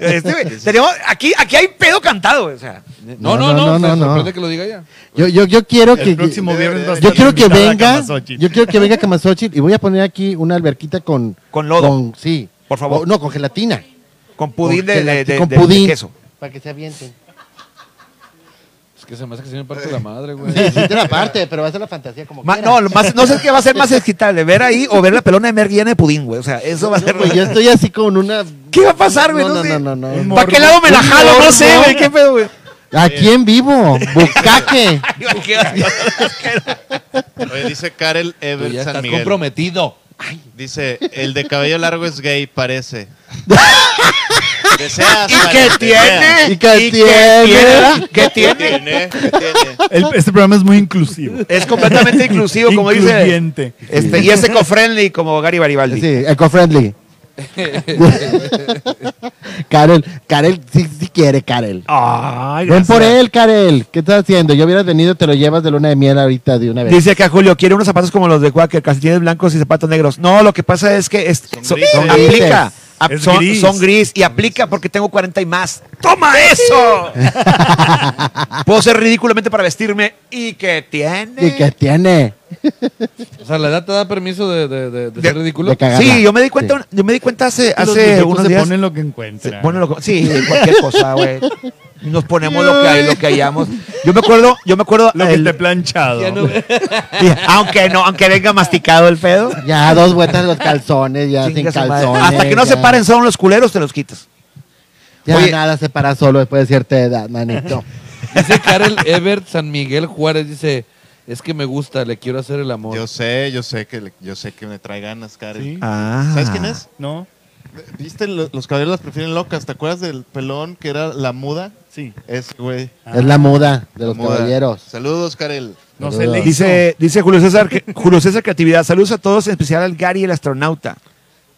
Este, güey, tenemos- aquí, aquí hay pedo cantado, güey, o sea.
No, no, no,
no, no, no.
que lo diga ya.
Yo, yo, yo quiero que.
El próximo viernes va a
Yo
estar
quiero que
invitada
venga.
Camasochitl.
Yo quiero que venga Camasochitl y voy a poner aquí una alberquita con.
Con lodo.
con- sí.
Por favor.
O- no, con gelatina.
Con pudín de,
Con
de- de-
con
de- de
pudín.
queso.
Para que se avienten.
Es que se me hace que se me parte la madre, güey.
Sí, sí, tiene aparte, pero va a ser la fantasía como
Ma-
quiera.
no, lo más- no sé qué va a ser más excitable, ver ahí o ver la pelona de Merck llena de pudín, güey. O sea, eso va a ser.
Pues yo estoy así con una.
¿Qué va a pasar, güey?
No, no,
sé.
no, no, no.
Un
¿Para
morbo.
qué lado me la
Un
jalo? No
morbo.
sé, güey. ¿Qué pedo, güey?
Aquí en vivo. Bucaque.
Oye, dice Karel
Tú
Ever
ya
San
Estás
Miguel.
comprometido.
Dice, el de cabello largo es gay, parece. Deseas,
¿Y qué
Karel, deseas.
tiene?
¿Y qué tiene?
¿Qué
¿Qué
tiene?
tiene? ¿Qué tiene?
El- este programa es muy inclusivo.
Es completamente inclusivo, como dice.
Incluyente.
Este, y es eco-friendly como Gary Baribaldi.
Sí, eco-friendly. Karel, Karel, sí, sí quiere, Karel.
Ay,
Ven
gracias.
por él, Karel. ¿Qué estás haciendo? Yo hubiera venido, te lo llevas de luna de miel ahorita de una vez.
Dice acá Julio, quiere unos zapatos como los de Quaker, calcetines blancos y zapatos negros. No, lo que pasa es que es-
Son
son-
grises.
son- aplica. ap-
Es
son,
gris.
son gris y aplica porque tengo 40 y más. ¡Toma eso! Puedo ser ridículamente para vestirme. ¿Y qué tiene?
¿Y qué tiene?
O sea, la edad te da permiso de, de- de- de ser
De-
ridículo.
de cagar.
Sí, yo me di cuenta, yo me di cuenta hace,
Los
hace
viejitos
unos
se
días.
ponen lo que
Sí,
encuentran.
bueno, lo que- sí, cualquier cosa, güey. Nos ponemos lo que hay, lo que hallamos. Yo me acuerdo, yo me acuerdo.
lo que
el-
esté planchado.
Ya no-
sí, aunque no, aunque venga masticado el pedo.
Ya, dos vueltas los calzones, ya sin
chinga su madre.
calzones.
Hasta que no
ya.
se paren son los culeros, te los quitas.
Ya
Oye.
nada se para solo después de cierta edad, manito.
Dice Karel Ebert San Miguel Juárez, dice, es que me gusta, le quiero hacer el amor.
Yo sé, yo sé que le- yo sé que me trae ganas, Karel.
Sí.
Ah.
¿Sabes quién es?
¿No?
¿Viste lo- los caballeros las prefieren locas? ¿Te acuerdas del pelón que era la muda?
Sí.
Ese güey.
Ah.
Es la muda de
la
los
muda.
caballeros.
Saludos, Karel.
No se le
Dice, dice Julio César, que- Julio César Creatividad. Saludos a todos, en especial al Gary el astronauta.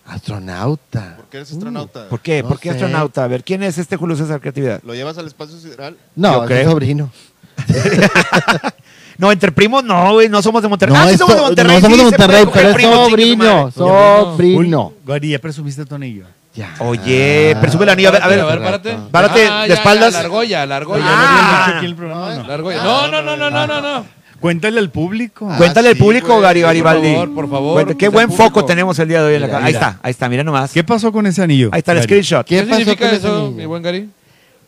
Astronauta.
¿Por qué eres astronauta?
Uh, ¿Por qué?
No
¿Por qué
sé.
astronauta? A ver, ¿quién es este Julio César Creatividad?
¿Lo llevas al espacio sideral?
No,
Yo
es
creo.
mi sobrino.
No, entre primos no, güey, no somos de Monterrey.
no,
Ah, sí
es
somos de
so-
Monterrey.
no somos de
sí, se puede
Monterrey,
coger
pero es
primos, chingue tu madre.
sobrino. Sobrino.
Gary, ya presumiste tu anillo.
Ya.
Oye, presume el anillo. A ver, a ver.
a ver, párate.
Párate,
Ah,
de
ya,
espaldas.
ya, la argolla, la argolla.
Ah.
Aquí el programa,
no,
no.
la argolla. No, no, no, no, no, no,
Ah.
no.
Cuéntale al público.
Cuéntale al
sí,
público,
güey.
Gary
Por
Garibaldi.
favor, por favor.
Bueno, qué
Al
buen
público.
foco tenemos el día de hoy en la cara. Ahí
mira.
está, ahí está, mira nomás.
¿Qué pasó con ese anillo?
Ahí está el
Gary?
screenshot.
¿Qué,
¿Qué,
pasó
significa
con
eso,
eso?
mi buen Gary?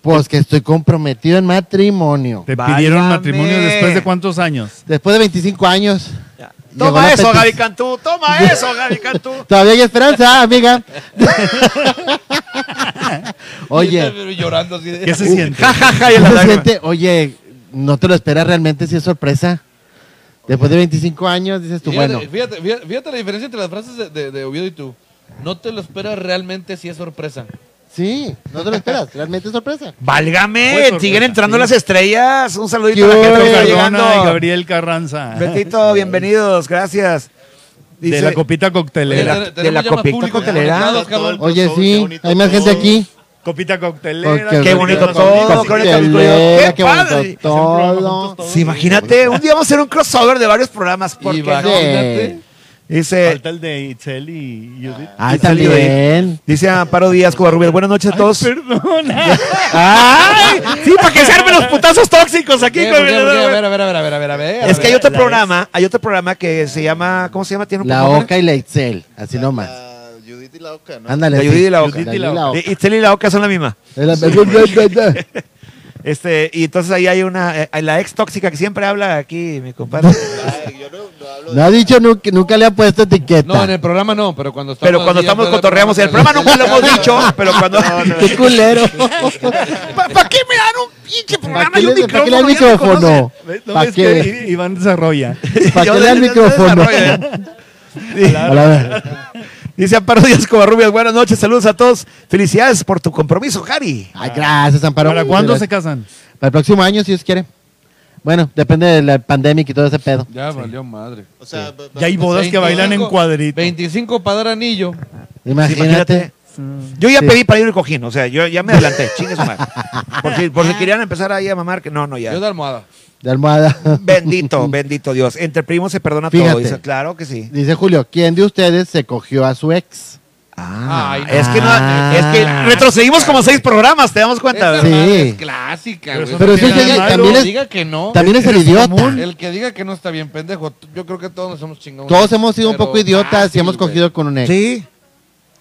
Pues que estoy comprometido en matrimonio.
Te
Válgame.
pidieron matrimonio después de cuántos años.
Después de 25 años. Llegó
Toma
la
eso,
peti-
Gaby Cantú. Toma eso, Gaby Cantú.
Todavía hay esperanza, amiga. Oye,
Está Llorando así de...
¿Qué se siente?
Ja, ja, ja. y
¿cómo
la
se
lágrima.
siente? Oye, no te lo esperas realmente si es sorpresa. Después de 25 años dices tú,
Fíjate,
bueno,
Fíjate, fíjate, fíjate la diferencia entre las frases de, de- de Oviedo y tú. No te lo esperas realmente si es sorpresa.
sí, no te lo esperas, realmente es sorpresa.
Fue
Válgame,
sorpresa,
siguen entrando
sí.
las estrellas. Un saludito
Yo,
a la gente que está
Cardona y
llegando.
Gabriel Carranza.
Betito, bienvenidos, gracias.
de
Dice-
la copita
De la-
coctelera.
Oye, te-
de
tenemos
la
ya más
copita
público ya
coctelera.
conectados,
Todo el
cabrón.
Oye,
Todo, qué
sí,
bonito
hay más gente
todo.
aquí.
Copita coctelera.
Ok,
Qué bonito todo, qué bonito
Coctelera,
incluido. Qué
qué bonito
padre.
todo.
Sí, imagínate, un día vamos a hacer un crossover de varios programas. ¿por
Y
qué
va-
no?
Imagínate.
Dice,
Falta el de Itzel y Judith.
Ay,
Está libre.
también.
dice Amparo Díaz Covarrubias, buenas noches a todos.
Perdona.
¡Ay! Sí, para que se armen los putazos tóxicos aquí.
¿Qué?
con-
¿Por qué? ¿Por qué? A ver, a ver, a ver, a ver, a ver, a ver.
Es que hay otro
La
programa, hay otro programa que se llama, ¿cómo se llama? ¿Tiene un
La
nombre?
Oca y la Itzel, así nomás.
La Judith y la Oca, ¿no?
Ándale.
La
sí.
Judith y la Oca.
Judith y la Oca.
Eh, Itzel y la Oca son la misma. Este, y entonces ahí hay una, eh, la ex tóxica que siempre habla aquí, mi compadre.
Ay, yo no, no hablo
No ha dicho nunca, nunca le ha puesto etiqueta.
No, en el programa no, pero cuando estamos
Pero cuando
así,
estamos
afuera del
cotorreamos, el programa nunca lo hemos dicho, pero cuando...
Qué culero.
¿Para qué me dan un pinche
¿Para
programa
qué
y un
le, para qué le da el
micrófono? Ya me
micrófono?
¿Ves? ¿No
¿Para
ves que
qué?
I- Iván desarrolla?
¿Para
Yo
qué le da
desde- desde
el micrófono?
desarrollo, ¿eh?
A la ver.
Dice Amparo Díaz Covarrubias, buenas noches, saludos a todos. Felicidades por tu compromiso, Jari.
Ay, gracias, Amparo.
¿Para cuándo se
Para
casan?
el próximo año, si Dios quiere. Bueno, depende de la pandemia y todo ese pedo.
Ya valió madre.
O sea, va- va-
Ya hay bodas que bailan en
25,
cuadrito.
25 para dar anillo.
Imagínate.
Yo ya
Sí.
pedí para ir el cojín, o sea, yo ya me adelanté, chingue su madre. Por si,
Ah.
por si querían empezar ahí a mamar, que no, no,
Yo
ya.
de almohada.
De almohada.
Bendito, bendito Dios. Entre primos se perdona todo.
Fíjate.
Dice, claro que sí.
Dice Julio, ¿quién de ustedes se cogió a su ex?
Ah,
Ay,
es que no,
ah.
es que retrocedimos como seis programas, te damos cuenta.
Esa
¿verdad?
madre
Sí.
es clásica,
Pero
güey.
eso
Pero
no
sí,
tiene
sí,
nada de malo.
también
El que
es-
diga que no.
También es el idiota.
El que diga que no está bien pendejo. Yo creo que todos nos hemos chingado.
Todos hemos sido un
Pero
poco idiotas y
fácil,
hemos
güey.
cogido con un ex.
Sí.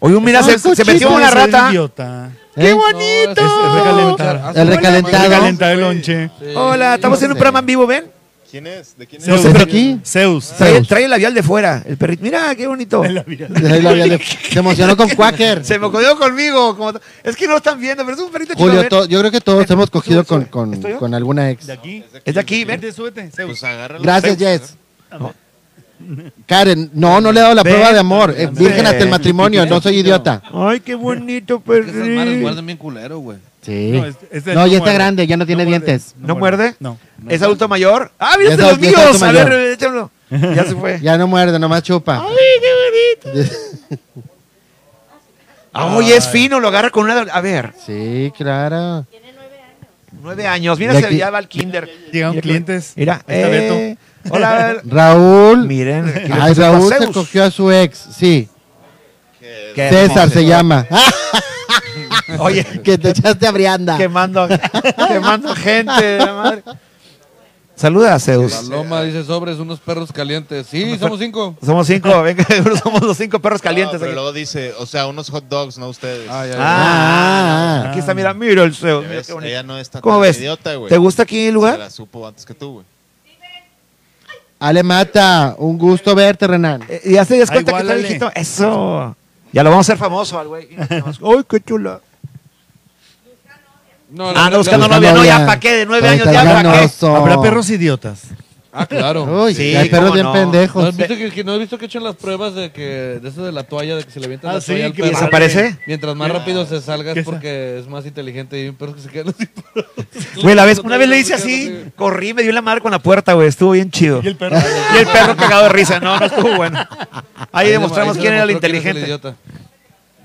Oye, mira,
Ah,
se,
qué
se metió
chido.
una
Ser
rata.
idiota.
¡Qué
No, es-
Es, es recalentar.
¿Eh? El recalentado.
Recalentar el lonche.
Hola, estamos en un
Sí.
programa en vivo, ven.
¿Quién es? ¿De quién es?
No sé,
Zeus.
¿de aquí?
Zeus.
Trae,
Zeus.
trae el labial de fuera, el perrito. Mira, qué bonito.
En la vida.
Ahí lo había- Se emocionó con Quaker.
Se me cogió conmigo. como- es que no lo están viendo, pero es un perrito chico.
Julio,
ven.
to- yo creo que todos hemos cogido con,
sube.
con,
¿Estoy yo?
con alguna ex.
De aquí.
es de aquí, ven.
Vente, súbete, Zeus.
Pues agárralo.
Gracias, Jess. Karen, no, no le he dado la
Ven.
prueba de amor. Eh,
Ven.
virgen hasta el matrimonio, no soy idiota.
Ay, qué bonito
Es que Esas madres
perrito.
guardan bien culero, güey.
Sí.
No,
No,
es- es de-
ya
no
está
muerde.
grande, ya no tiene
muerde.
dientes.
¿No muerde?
No.
¿Es adulto mayor? ¡Ah, mira,
Ya
es de
es
los
adulto- ya es
míos!
adulto
A ver,
mayor.
échamelo. Ya se fue.
Ya no muerde, nomás chupa.
¡Ay, qué bonito! Ah, oye, es fino, lo agarra con una... A ver,
Sí, claro.
nueve años. Mira,
De
se
aquí-
ya va al kinder.
Llegaron
Mira,
clientes.
Mira,
Ahí está
eh, hola.
Raúl.
Miren, aquí le
Ay,
puse
Ah, Raúl
a
se
Zeus.
cogió a su ex. Sí,
Que-
Qué
César
hermoso. Ah,
se llama.
Oye,
que te echaste a Brianda.
quemando, quemando gente. la madre. Saluda a Zeus.
Paloma dice sobres unos perros calientes. Sí, somos cinco.
Somos cinco, venga, somos los cinco perros calientes.
No, pero
aquí.
luego dice, o sea, unos hot dogs, no ustedes.
Ah,
Ah,
Ah.
aquí está, mira, mira el Zeus.
Ya
mira
ves,
qué bonito.
Ella no está
¿Cómo
tan
ves?
idiota, güey.
¿Te gusta aquí el
Se
lugar?
la supo antes que tú, güey.
Ale Mata, un gusto verte, Renan.
Eh, ya se das
Ah,
cuenta que
igual,
está
Ale.
viejito. Eso. Ya lo vamos a hacer famoso al güey. Uy, qué chula.
No,
Ah, no,
no,
buscando
buscando
novia. No, ya
novia.
pa' qué, de nueve
Ahí
años,
está
ya
el
pa' qué.
ganoso.
Habrá perros idiotas.
Ah, claro.
Uy,
Sí,
hay perros
cómo
bien
no.
¿No
pendejos.
has, visto que, que no has visto que echan las pruebas de que de eso de la toalla, de que se le avienta
Ah,
la
sí,
toalla al
que
perro?
desaparece.
Mientras más rápido se salga
¿Qué
es
es-
porque es más inteligente y hay perros que se quedan así.
Güey, la vez, una vez le hice así, corrí, me dio en la madre con la puerta, güey. Estuvo bien chido.
Y el perro.
Y el perro cagado de risa. No, no estuvo bueno. Ahí demostramos
se
quién era el
demostró quién es el
inteligente.
idiota.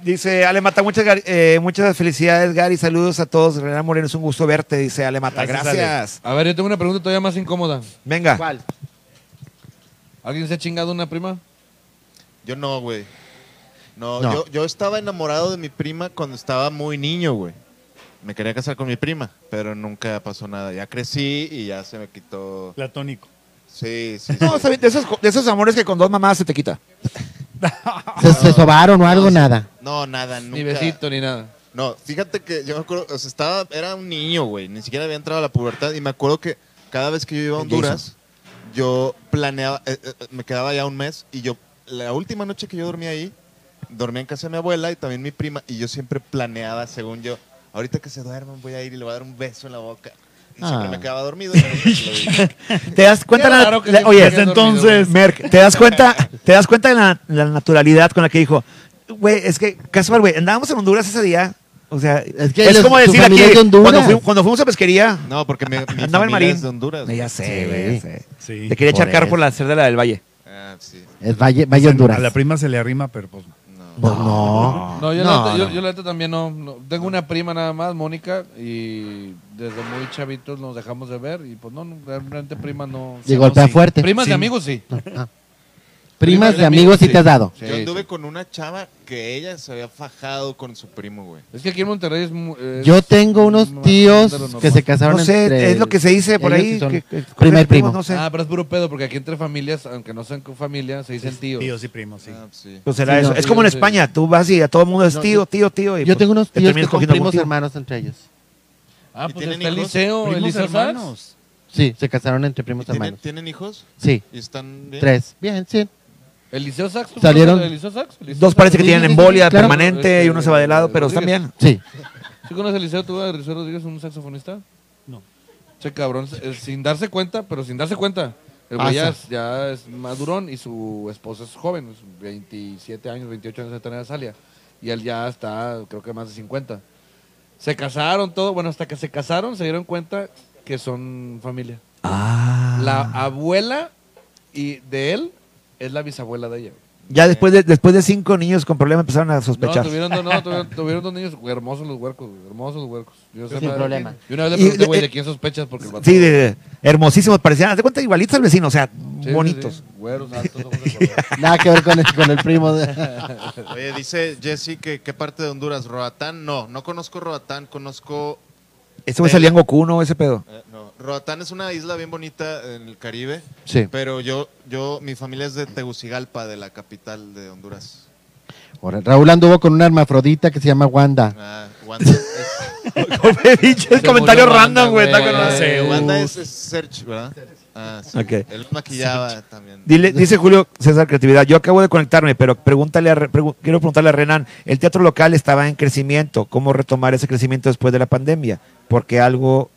Dice Alemata, muchas, gar- eh, muchas felicidades, Gary. Saludos a todos. Renan Moreno, es un gusto verte, dice Alemata. Gracias.
Gracias, Ale.
A ver, yo tengo una pregunta todavía más incómoda.
Venga.
¿Alguien se ha chingado una prima?
Yo no, güey. No,
No.
Yo, yo estaba enamorado de mi prima cuando estaba muy niño, güey. Me quería casar con mi prima, pero nunca pasó nada. Ya crecí y ya se me quitó.
Platónico.
Sí, sí.
No,
sí.
está bien, de esos, de esos amores que con dos mamás se te quita.
Se, se sobaron o
Ah,
algo, nada.
No, nada, nunca.
Ni besito, ni nada.
No, fíjate que yo me acuerdo, o sea, estaba, era un niño, güey, ni siquiera había entrado a la pubertad y me acuerdo que cada vez que yo iba a Honduras, yo planeaba, eh, eh, me quedaba ya un mes y yo, la última noche que yo dormía ahí, dormía en casa de mi abuela y también mi prima y yo siempre planeaba, según yo, ahorita que se duerman voy a ir y le voy a dar un beso en la boca. Y siempre
Ah.
me quedaba dormido. y nunca se lo dije.
¿Te das cuenta?
Qué
la-
raro que
la-
siempre
oye,
hayas dormido,
entonces,
güey.
Merck, ¿te das cuenta, te das cuenta de la, la naturalidad con la que dijo? Güey, es que, casual, güey, andábamos en Honduras ese día. O sea, es,
Es que los-
como
tu
decir aquí,
familia es de Honduras.
cuando, fui- cuando fuimos a pesquería,
No, porque mi,
andaba
mi
en
familia
Marín.
es de Honduras. güey.
Ya sé,
Sí.
güey, ya sé.
Sí.
Te quería
Por
charcar
eso.
por la cerda del Valle.
Ah, sí.
Es Valle, Valle Honduras.
A la prima se le arrima, pero pues.
Pues no.
No, yo,
No,
la, neta- yo-
no.
yo la neta también no, no. Tengo una prima nada más, Mónica, y desde muy chavitos nos dejamos de ver y pues no, no, realmente primas no.
Y golpea
sí.
fuerte.
Primas
Sí.
de amigos sí.
Primas de amigos sí te has dado.
Sí,
Yo anduve
sí.
con una chava que ella se había fajado con su primo, güey.
Es que aquí en Monterrey es... mu- es
Yo tengo unos
más
tíos
de lo normal.
que se casaron
No sé,
entre-
es lo que se dice por
ellos
ahí.
y son
que- que-
primer
primos,
primo.
No sé.
Ah, pero es puro pedo, porque aquí entre familias, aunque no sean con familia, se dicen tíos.
Tíos y primos, sí.
Ah, sí.
Pues será
Sí,
eso.
no,
es
sí,
como en
sí.
España, tú vas y a todo el mundo es
No,
tío,
yo-
tío, tío. y
Yo
pues,
tengo unos
te
tíos que
terminas
son
cogiendo algún
primos
tío.
hermanos entre ellos.
Ah,
¿Y
pues
tienen
está el
hijos?
liceo, el
Primos
liceo Sachs.
hermanos.
Sí, se casaron entre primos
¿Tienen,
hermanos.
¿Tienen hijos?
Sí,
¿Y están bien?
tres. Bien, sí.
¿El liceo Sachs? ¿Tú
Salieron-
conoces el liceo Sachs? ¿El liceo
Dos parece que
Sí,
Sachs?
tienen
sí, sí,
embolia
claro.
permanente y uno se va de lado,
Este,
pero están
Rodríguez.
bien.
Sí.
¿Sí conoces el liceo tú, Rizal Rodríguez, un saxofonista?
No.
Che, cabrón, eh, sin darse cuenta, pero sin darse cuenta,
El güey ya,
Pasa.
ya es madurón y su esposa es joven, es 27 años, 28 años de tener a Salia. Y él ya está, creo que más de 50. Se casaron todo, bueno, hasta que se casaron se dieron cuenta que son familia. La abuela y de él es la bisabuela de ella.
Ya después de, después de cinco niños con problemas empezaron a
No,
sospechar.
tuvieron, no, no, tuvieron, tuvieron dos niños güey, hermosos los huercos, güey, hermosos los huercos. Yo
Sin
sé, madre,
problema.
Y una vez le
Y-
pregunté, güey,
eh,
¿de quién sospechas? Porque el vato-
Sí, de, de- hermosísimos, parecían, haz de cuenta, igualitos al vecino, o sea,
Sí, sí,
bonitos.
sí, güeros, altos, ojos de color.
Nada que ver con el, con el primo. De...
Oye, dice Jesse que qué parte de Honduras, Roatán, no, no conozco Roatán, conozco...
Ese güey salía en Goku, ¿no? Ese pedo.
eh, no, Roatán es una isla bien bonita en el Caribe,
Sí.
pero yo, yo, mi familia es de Tegucigalpa, de la capital de Honduras.
Ahora, Raúl anduvo con una hermafrodita que se llama Wanda.
Ah, Wanda es,
Pinches comentarios
murió
random,
Wanda,
güey. está
güey.
con-
eh,
Zeus.
Wanda es, es Serge, ¿verdad? Ah, sí.
Ok.
Él maquillaba también.
Dile- dice Julio César Creatividad, yo acabo de conectarme, pero pregúntale a Re- pregu- quiero preguntarle a Renan, el teatro local estaba en crecimiento, ¿cómo retomar ese crecimiento después de la pandemia? Porque algo,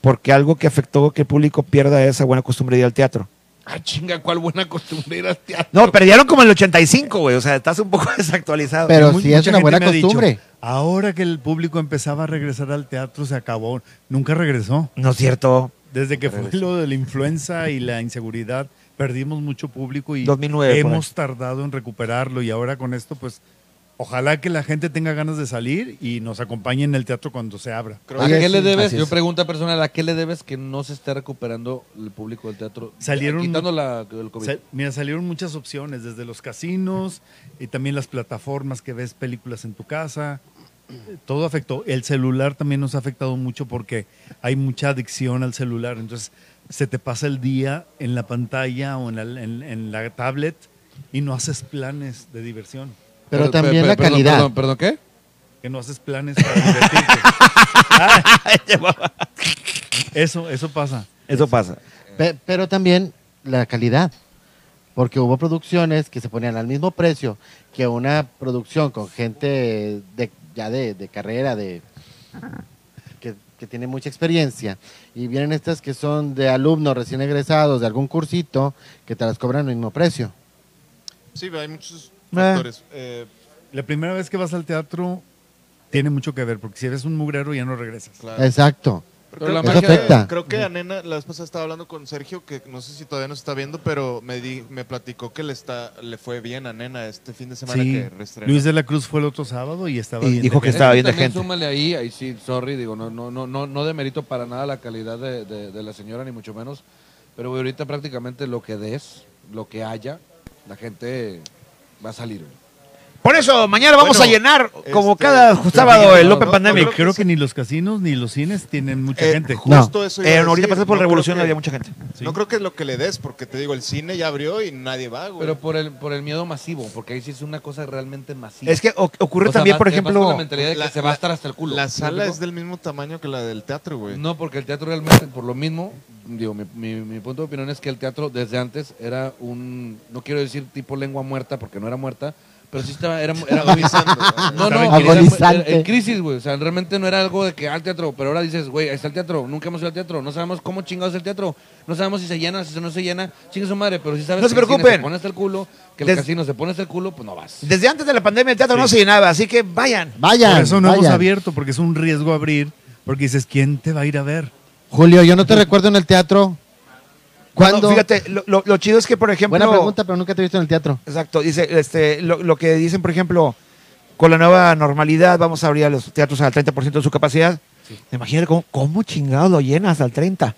porque algo que afectó que el público pierda esa buena costumbre de ir al teatro.
Ah, chinga, cuál buena costumbre ir al teatro.
No, perdieron como el 85, güey, o sea, estás un poco desactualizado.
Pero
Mu-
sí es
mucha
una
gente
buena
me ha dicho,
costumbre.
ahora que el público empezaba a regresar al teatro, se acabó. Nunca regresó.
No es cierto,
Desde que fue lo de la influenza y la inseguridad, perdimos mucho público y
2009 por
hemos tardado en recuperarlo. Y ahora con esto, pues, ojalá que la gente tenga ganas de salir y nos acompañe en el teatro cuando se abra.
Creo
¿A
que-
qué le debes?
así
Yo
es.
pregunta personal, ¿a qué le debes que no se esté recuperando el público del teatro?
Salieron-
Quitando la, el COVID.
Sa- Mira, salieron muchas opciones, desde los casinos y también las plataformas que ves películas en tu casa. Eh, Todo afectó. El celular también nos ha afectado mucho porque hay mucha adicción al celular. Entonces, se te pasa el día en la pantalla o en la, en- en la tablet y no haces planes de diversión.
Pero
Per-
también
per-
la
perdón,
calidad.
Perdón, perdón, ¿qué?
Que no haces planes para divertirte. eso, eso pasa.
eso pasa.
Pe- pero también la calidad. Porque hubo producciones que se ponían al mismo precio que una producción con gente de, ya de, de carrera, de que, que tiene mucha experiencia. Y vienen estas que son de alumnos recién egresados de algún cursito que te las cobran al mismo precio.
Sí, hay muchos factores. Eh,
La primera vez que vas al teatro tiene mucho que ver, porque si eres un mugrero ya no regresas.
claro.
Exacto.
Pero la
Eso
magia-
afecta.
Creo que a Nena, la vez pasada estaba hablando con Sergio, que no sé si todavía nos está viendo, pero me di- me platicó que le está le fue bien a Nena este fin de semana
Sí,
que reestrenó.
Luis de la Cruz fue el otro sábado y estaba
Y
bien
dijo
de
que
gente.
estaba bien de
Eh, también
gente.
súmale ahí, ahí sí, sorry, digo, no, no, no, no, no demerito para nada la calidad de, de- de la señora, ni mucho menos. Pero güey, ahorita prácticamente lo que des, lo que haya, la gente va a salir. güey.
Por eso, mañana vamos
Bueno,
a llenar, como
este,
cada sábado,
no,
el
no,
Open
no,
Pandemic.
yo
Creo que ni los casinos ni los cines tienen mucha
Eh,
gente.
Justo eso iba a
Eh,
decir,
ahorita pasas por
no creo
Revolución,
que-
había mucha gente.
Sí.
No creo que es lo que le des, porque te digo, el cine ya abrió y nadie va, güey.
Pero por el, por el miedo masivo, porque ahí sí es una cosa realmente masiva.
Es que o- ocurre
O sea,
también,
vas-
por
vas con la
ejemplo,
mentalidad de que
La-
se va a
la-
estar hasta el culo.
la
¿Sí
sala
me
es del mismo tamaño que la del teatro, güey.
No, porque el teatro realmente, por lo mismo, digo, mi, mi- mi punto de opinión es que el teatro desde antes era un, no quiero decir tipo lengua muerta, porque no era muerta, pero sí estaba, era, era
Agonizando, güey.
No, no,
Estaba en
era- era-
Agonizante.
en crisis, güey. O sea, realmente no era algo de que al teatro, pero ahora dices, güey, ahí está el teatro, nunca hemos ido al teatro, no sabemos cómo chingados es el teatro, no sabemos si se llena, si no se llena, chingue su madre, pero si sabes
No se
que el cine
preocupen.
se pone hasta el culo, que
Des-
el casino se pone hasta el culo, pues no vas.
desde antes de la pandemia el teatro no se llenaba, así que vayan.
Vayan,
Por eso no hemos
vayan.
abierto, porque es un riesgo abrir, porque dices, ¿quién te va a ir a ver?
Julio, yo no te recuerdo en el teatro. ¿Cuándo?
No, fíjate, lo, lo- lo chido es que, por ejemplo.
Buena pregunta, pero nunca te he visto en el teatro.
Exacto, dice, este, lo, lo que dicen, por ejemplo, con la nueva normalidad vamos a abrir a los teatros al 30% de su capacidad. Imagínate cómo, cómo chingado lo llenas al 30.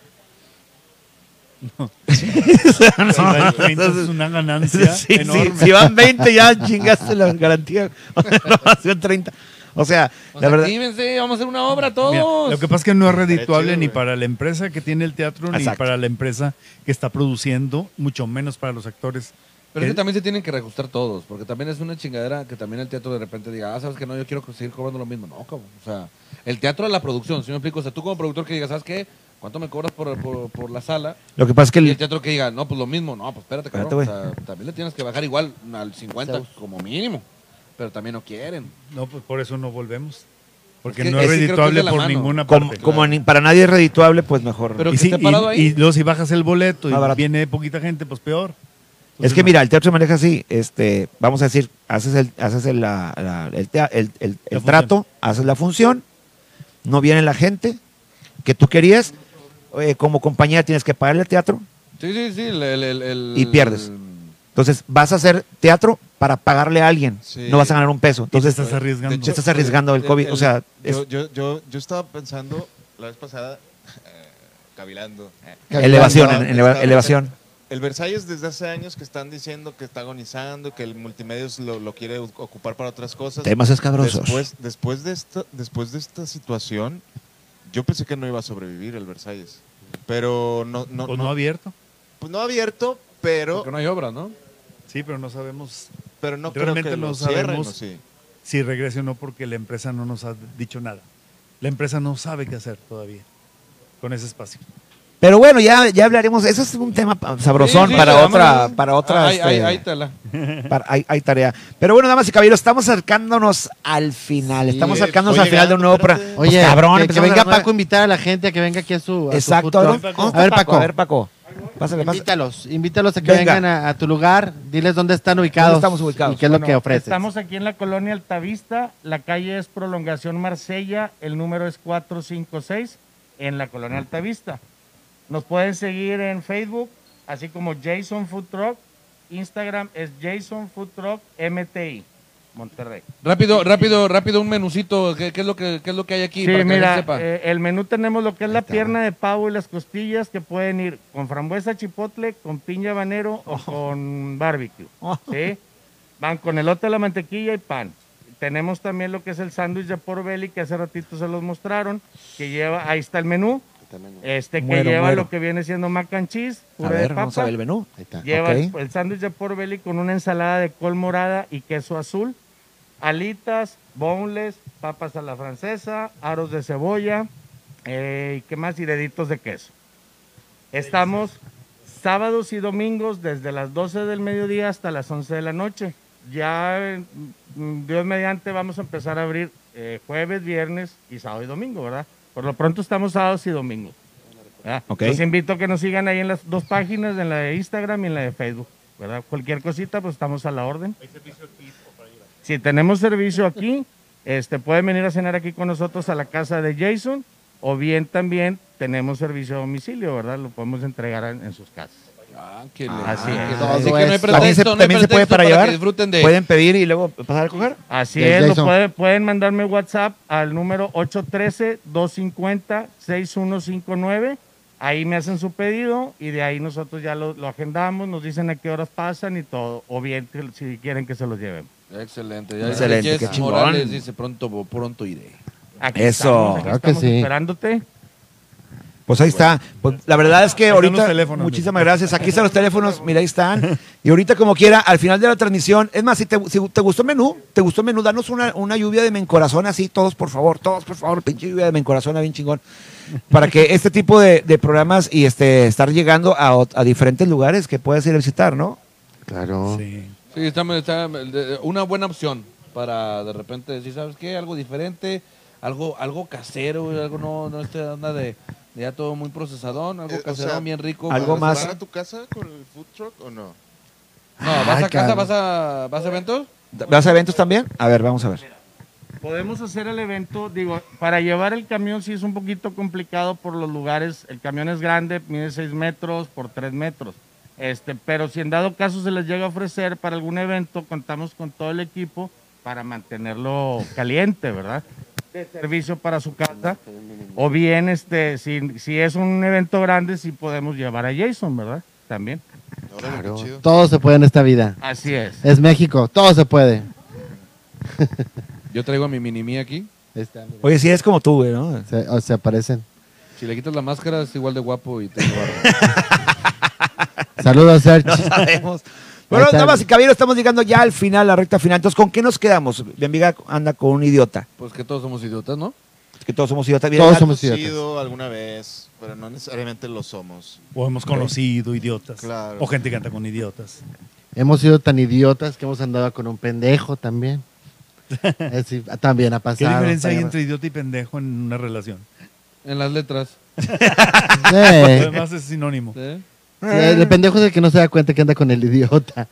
Si va el 30 es una ganancia
Sí, sí,
enorme.
si van 20 ya chingaste la garantía. no, si van 30. O sea,
Pues
la verdad.
actívense, vamos a hacer una obra
Mira,
todos.
lo que pasa es que no es redituable
chido,
ni
güey.
para la empresa que tiene el teatro, ni
Exacto.
para la empresa que está produciendo, mucho menos para los actores.
Pero es
El-
que también se tienen que reajustar todos, porque también es una chingadera que también el teatro de repente diga, ah, sabes que no, yo quiero seguir cobrando lo mismo. No, cabrón. O sea, el teatro a la producción, si me explico, o sea, tú como productor que digas, ¿sabes qué? ¿Cuánto me cobras por, por- por la sala?
Lo que pasa es que
Y el
el-
teatro que diga, no, pues lo mismo, no, pues espérate, cabrón.
Espérate,
o sea, también le tienes que bajar igual al 50 como mínimo, pero también no quieren.
No, pues por eso no volvemos. Porque
Es que
no es
ese creo que es
redituable
de la
por
mano.
ninguna
Como,
parte.
como ni- para nadie es redituable, pues mejor. ¿no?
Pero
y,
que
si,
esté parado
y-
ahí.
y luego si bajas el boleto y
Más barato.
viene poquita gente, pues peor.
es que
Entonces,
mira, el teatro se maneja así, este, vamos a decir, haces el, haces el, la- la- el tea- el- el- el
función.
trato, haces la función, no viene la gente que tú querías, eh, como compañía tienes que pagarle al teatro,
Sí, sí, sí. el- el- el- el-
Y pierdes. entonces vas a hacer teatro para pagarle a alguien,
Sí.
no vas a ganar un peso,
Entonces
entonces
estás arriesgando.
te estás arriesgando el COVID, o sea, es-
yo, yo, yo, yo estaba pensando la vez pasada, eh, cavilando. eh,
elevación,
estaba-
en- eleva-
estaba-
elevación.
El Versalles desde hace años que están diciendo que está agonizando, que el multimedia lo, lo quiere u- ocupar para otras cosas.
Temas escabrosos.
Después, después, de esta, después de esta situación, yo pensé que no iba a sobrevivir el Versalles. Pero no, no,
Pues
no-
no abierto.
pues no abierto, pero,
Porque no hay obra, ¿no?
Sí, pero no sabemos
pero no
realmente
creo que
no
lo cierren,
sabemos.
¿o sí?
si regrese o no porque la empresa no nos ha dicho nada. La empresa no sabe qué hacer todavía con ese espacio.
Pero bueno, ya, ya hablaremos, eso es un tema pa- sabrosón
Sí, sí,
para,
vámonos. Ah,
otra, para otra,
Ahí,
este,
ahí, ahí tela.
para- hay, hay tarea. Pero bueno, damas y caballeros, estamos acercándonos al final, estamos
Sí,
acercándonos
voy
al final de un nuevo
llegando,
programa.
espérate.
Oye,
Pues cabrón,
que, que
empezamos a
venga
las nueve.
Paco a invitar a la gente a que venga aquí a su. a su
Exacto.
food
A
truck.
ver, Paco.
A ver, Paco.
A ver, Paco. Pásale, pásale.
Invítalos, invítalos a que
Venga.
vengan a, a tu lugar, diles dónde están ubicados.
¿Dónde estamos ubicados?
Y qué es lo que ofreces.
Estamos aquí en la colonia Altavista, la calle es Prolongación Marsella, el número es 456 en la colonia Altavista. Nos pueden seguir en Facebook, así como Jason Food Truck, Instagram es Jason Food Truck MTI, Monterrey.
Rápido, rápido, rápido, un menucito. ¿Qué, qué es, lo que, qué es lo que hay aquí?
Sí,
para que la gente
mira,
sepa?
eh, el menú tenemos lo que es la
está,
pierna de pavo y las costillas que pueden ir con frambuesa chipotle, con piña habanero o con barbecue. ¿sí? Van con elote, la mantequilla y pan. Tenemos también lo que es el sándwich de porveli que hace ratito se los mostraron, que lleva, ahí está el menú, este que
Muero,
lleva
muero.
lo que viene siendo mac and cheese,
A
puré de
ver,
papa.
vamos a ver el menú.
Ahí está.
Lleva
Ok.
el- el sándwich de porveli con una ensalada de col morada y queso azul, alitas, boneless, papas a la francesa, aros de cebolla, eh, ¿y qué más? Y deditos de queso. Estamos sábados y domingos desde las 12 del mediodía hasta las 11 de la noche. Ya, eh, mm, Dios mediante, vamos a empezar a abrir eh, jueves, viernes y sábado y domingo, ¿verdad? Por lo pronto estamos sábados y domingos. ¿verdad?
Ok.
Los invito a que nos sigan ahí en las dos páginas, en la de Instagram y en la de Facebook, ¿verdad? Cualquier cosita, pues estamos a la orden. Si tenemos servicio aquí, este, pueden venir a cenar aquí con nosotros a la casa de Jason o bien también tenemos servicio a domicilio, ¿verdad? Lo podemos entregar en, en sus casas.
Ah,
Así
Ah,
es.
Todo
Así que no hay
esto.
pretexto,
También se,
no hay
también se puede
pretexto
para
que
llevar.
disfruten de...
Pueden pedir y luego pasar a coger.
Así
Bien,
es, lo
Jason.
pueden, pueden mandarme WhatsApp al número 813-250-6159. Ahí me hacen su pedido y de ahí nosotros ya lo, lo agendamos, nos dicen a qué horas pasan y todo. O bien que- si quieren que se los llevemos.
Excelente. ya-
Excelente,
Jess
qué chingón.
Morales dice, pronto, pronto iré.
Aquí
Eso.
estamos, aquí
Claro que
estamos
sí.
esperándote.
Pues ahí está. Pues la verdad es que
Ahí están los
ahorita.
teléfonos,
Muchísimas gracias. Aquí están los teléfonos. Mira, ahí están. Y ahorita, como quiera, al final de la transmisión. Es más, si te, si te gustó el menú, te gustó el menú, danos una, una lluvia de mencorazón así, todos, por favor. Todos, por favor. Pinche lluvia de mencorazón, ah, bien chingón. Para que este tipo de, de programas y este estar llegando a, ot- a diferentes lugares que puedas ir a visitar, ¿no?
Claro.
Sí.
Sí, está, está- de- una buena opción para de repente decir, ¿sabes qué? Algo diferente, algo algo casero, algo no, no esta onda de, de ya todo muy procesadón, algo
Eh, o
casero,
sea,
bien rico.
algo
para
más.
¿Van
restaurar.
a tu casa con el food truck o no?
No, ¿vas
Ah,
a casa?
cabrón.
¿Vas a, vas a eventos?
¿Vas a eventos también? A ver, vamos a ver.
Podemos hacer el evento, digo, para llevar el camión sí es un poquito complicado por los lugares. El camión es grande, mide 6 metros por 3 metros. Este, pero si en dado caso se les llega a ofrecer para algún evento, contamos con todo el equipo para mantenerlo caliente, ¿verdad? De servicio para su casa. O bien, este, si, si es un evento grande, sí podemos llevar a Jason, ¿verdad? También.
Órale, qué chido.
Todo se puede en esta vida.
Así es.
Es México, todo se puede.
Yo traigo a mi minimi aquí.
Ahí está, mira.
Oye, sí, es como tú, güey, ¿no?
Este, Se, o se aparecen.
Si le quitas la máscara es igual de guapo y tengo barba.
Saludos, Sergio.
sabemos. Bueno,
Ahí está.
damas y caballeros, estamos llegando ya al final, la recta final. Entonces, ¿con qué nos quedamos? Mi amiga anda con un idiota.
Pues que todos somos idiotas, ¿no?
Es que todos somos idiotas. Mira,
Todos
la-
somos idiotas.
sido alguna vez, pero no necesariamente lo somos.
O hemos conocido idiotas.
Claro.
O gente que anda con idiotas.
Hemos sido tan idiotas que hemos andado con un pendejo también. Eh, sí, también ha
¿Qué
pasado.
diferencia hay
también-
entre idiota y pendejo en una relación?
En las letras.
Eh.
Lo demás es sinónimo.
¿eh?
Sí, el pendejo es el que no se da cuenta que anda con el idiota.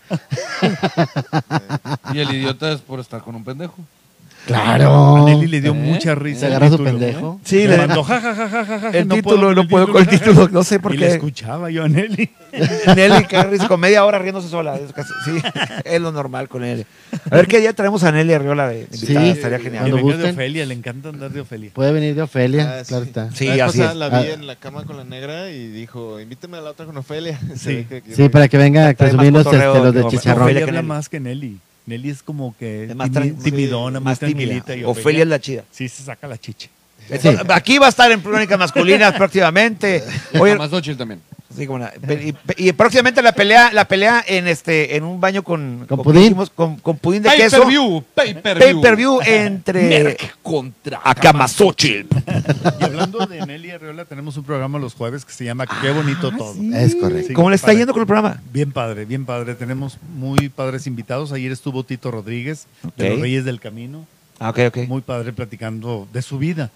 Y el idiota es por estar con un pendejo.
Claro.
A Nelly le dio
¿Eh?
mucha risa.
Se
el
agarra su
título.
pendejo.
Sí,
Le
le-
mandó ja, ja, ja, ja, ja, ja,
el
no
título,
puedo
no puedo con
con
el título, no sé por
Y le
qué.
escuchaba yo a Nelly.
Nelly Carris con media hora riéndose sola. Es casi- Sí, es lo normal con Nelly. A ver qué día traemos a Nelly Arriola de invitada,
Sí.
estaría
Y
genial.
Cuando
venía de
gusten.
Ofelia, le encanta andar de Ofelia.
Puede venir de Ofelia,
Ah, sí.
claro está.
Sí,
la vez
así
pasada
es.
la vi
Ah.
en la cama con la negra y dijo, invítame a la otra con Ofelia. Se
Sí.
ve que- que-
Sí, para que venga a
Trae más
consumir los, este,
cotorreo
los de
que Ofe-
chicharrón.
Ofelia
Ofelia
que
habla
Nelly.
más que Nelly. Nelly es como que
Es más
timi-
tran-
timidona, más,
más tímida.
tranquilita. y
Ofelia es la chida.
Sí, se saca la chicha.
Entonces, Aquí va a estar en Crónicas Masculinas próximamente. Oye,
Más Xochitl también.
sí, cómo no. Pe- y, pe- y próximamente la pelea, la pelea en este, en un baño con,
Con
con-
pudín.
dijimos, Con, con pudín de
Pay
queso.
per view. Pay per view.
Pay-per-view entre
Merck contra
Akamazochil.
Y hablando de Nelly Arreola, tenemos un programa los jueves que se llama
Ah,
Qué bonito todo.
Es correcto.
Sí,
¿Cómo le está
para-
yendo con el programa?
Bien padre, bien padre. Tenemos muy padres invitados. Ayer estuvo Tito Rodríguez, de
Ok.
los Reyes del Camino.
Ah, ok, ok.
Muy padre platicando de su vida.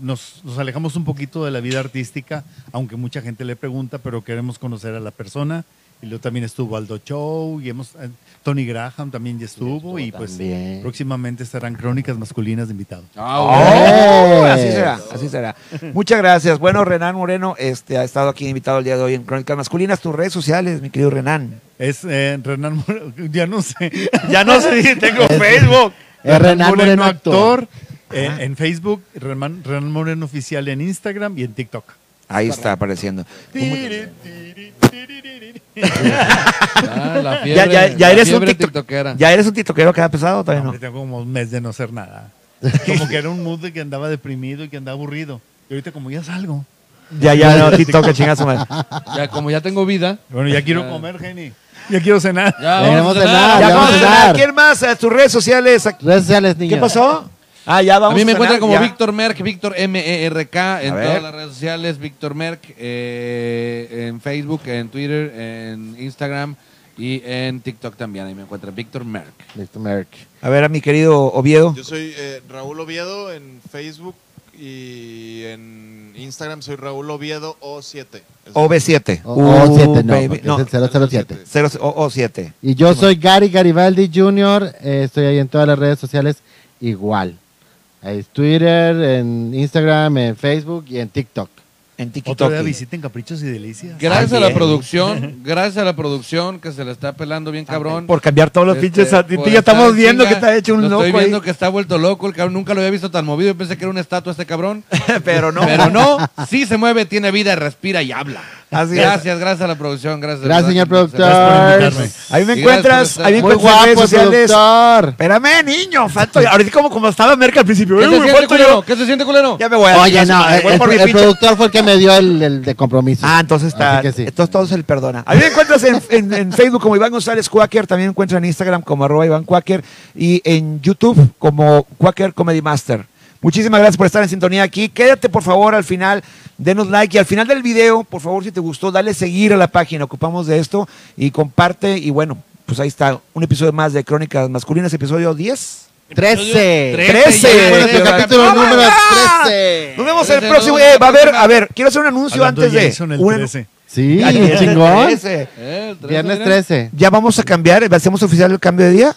Nos, nos alejamos un poquito de la vida artística, aunque mucha gente le pregunta, pero queremos conocer a la persona. Y luego también estuvo Aldo Show, y hemos, eh, Tony Graham también ya estuvo, y pues
también.
próximamente estarán crónicas masculinas de invitados.
Ah,
Oh,
Eh.
así será, así será. Muchas gracias. Bueno, Renan Moreno este, ha estado aquí invitado el día de hoy en Crónicas Masculinas. Tus redes sociales, mi querido Renan.
Es eh, Renan, Mor- ya no sé.
Ya no sé si tengo Facebook.
Es Eh, Renan Moreno actor.
actor. eh, en Facebook, Renan, Renan Moreno oficial en Instagram y en TikTok.
Ahí está apareciendo.
Ah, la
Ya,
fiebre,
ya, ya
la
eres un
fiebre
tiktok-
tiktokera.
¿Ya eres un tiktokero que ha pesado o todavía no?
Hombre, Tengo como un mes de no hacer nada. Como que era un mood de que andaba deprimido y que andaba aburrido. Y ahorita como ya salgo.
Ya, ya, no, TikTok, chinga su madre.
Ya, como ya tengo vida.
Bueno, ya quiero comer, Jenny. Ya quiero cenar.
Ya,
Ya
vamos a
queremos
Ya
cenar, ya
vamos a cenar.
cenar.
¿Quién más? Eh, Tus redes sociales. aquí-
Redes sociales, niños.
¿Qué pasó? Ah, ya vamos
a mí me
cenar,
encuentran como
ya.
Víctor Merck, Víctor M-E-R-K, en
A ver.
todas las redes sociales, Víctor Merck, eh, en Facebook, en Twitter, en Instagram y en TikTok también. Ahí me encuentran Víctor Merck.
Mr. Merck.
Uh,
A ver, a mi querido Oviedo.
Yo soy eh, Raúl Oviedo en Facebook y en Instagram soy Raúl Oviedo O7.
OV7.
O, o Oh, siete, no,
baby,
porque es el 007.
Cero- o- O7.
Y yo soy Gary Garibaldi Jr. eh, estoy ahí en todas las redes sociales igual. Ahí es Twitter, en Instagram, en Facebook y en TikTok.
En
Otro
TikTok.
día visiten Caprichos y Delicias.
Gracias a la
bien.
producción, gracias a la producción que se la está pelando bien cabrón.
Por cambiar todos los
Este,
pinches. a ti,
por
ya
estar
estamos
en
viendo que
chinga.
está hecho un
Lo
loco
Estoy viendo
ahí.
que está vuelto loco, el cabrón nunca lo había visto tan movido. Yo pensé que era una estatua este cabrón.
Pero no.
Pero no, sí se mueve, tiene vida, respira y habla.
Así es.
gracias, gracias a la producción, gracias. de
Gracias,
verdad.
señor
por
productor.
invitarme.
Ahí me
Sí,
encuentras.
gracias por
Ahí me
Muy
encuentras en redes
guapo,
sociales.
productor.
Espérame, niño. Falto. Ahorita como, como estaba Merca al principio.
¿Qué
"Uy,
se siente,
falto yo".
culero? ¿Qué se siente, culero?
Ya me voy a
Oye,
chingar su
no, eh,
madre,
el,
voy por mi
el
pinche-
productor fue el que me dio el, el de compromiso.
Ah, entonces está.
Así que sí.
Entonces todo se le perdona. A mí me encuentras en, en- en Facebook como Iván González Quaker, también me encuentras en Instagram como arroba Iván Quaker y en YouTube como Quaker Comedy Master. Muchísimas gracias por estar en sintonía aquí. Quédate por favor al final, denos like y al final del video, por favor, si te gustó, dale seguir a la página. Ocupamos de esto y comparte. Y bueno, pues ahí está un episodio más de Crónicas Masculinas, episodio 10.
13.
13.
Bueno, tu
Trece.
capítulo
¡Oh, my
número
God!
13.
Nos vemos el
Trece,
próximo.
no,
eh,
no,
va a
no,
haber,
no.
a ver, quiero hacer un anuncio
Hablando
antes
de
de.
Jason el
un-
13.
Sí,
Así es,
chingón.
13.
Eh, el trece,
Viernes
mira.
13.
Ya vamos a cambiar, hacemos oficial el cambio de día.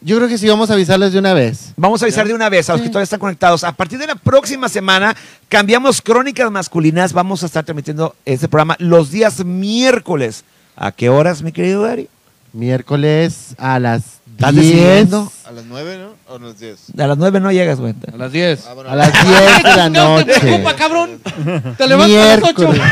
Yo creo que sí vamos a avisarles de una vez.
Vamos a avisar de una vez a los que todavía están conectados. A partir de la próxima semana cambiamos Crónicas Masculinas. Vamos a estar transmitiendo este programa los días miércoles. ¿A qué horas, mi querido Dari?
Miércoles a las
¿Estás
10.
decidiendo?
A las 9, ¿no? O a las 10.
A las nueve no llegas, güey.
A las 10.
Ah, bueno,
A las 10 de la
No te
noche.
preocupa, cabrón. Te levantas a las 8.
Miércoles.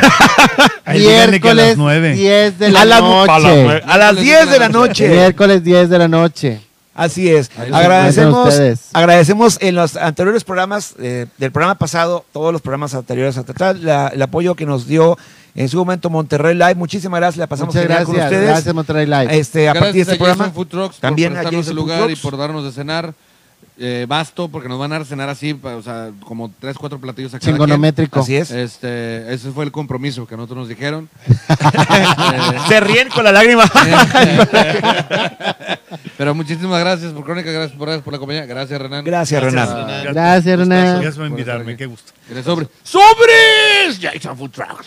Ahí díganle que a las
Miércoles
nueve.
10 de
a,
la
las
noche.
a las 10 de la noche.
Miércoles 10 de la noche.
Así es.
Ahí los encuentran
Agradecemos,
ustedes.
agradecemos en los anteriores programas, eh, del programa pasado, todos los programas anteriores hasta tal, la- el apoyo que nos dio en su momento Monterrey Live. Muchísimas gracias. La pasamos
Muchas
genial
gracias.
con ustedes.
Gracias, Monterrey Live.
Este, a partir de
Gracias
este
a Jason
programa.
Food Trucks
también
por
a
prestarnos
Jason
el
Food
lugar y
Trucks.
por darnos de cenar. eh, basto, porque nos van a cenar así, pa- o sea, como tres, cuatro platillos a cada
Chingonométrico.
quien.
Así es.
Este, ese fue el compromiso que a nosotros nos dijeron. Eh,
Se ríen con la lágrima.
este, Pero muchísimas gracias por Crónica, gracias por, por la compañía. Gracias, Renan.
Gracias, Renan. Gracias,
Renan.
Gracias por invitarme, qué gusto.
Gracias, sobre. ¡Sobres! Jason Food Trucks.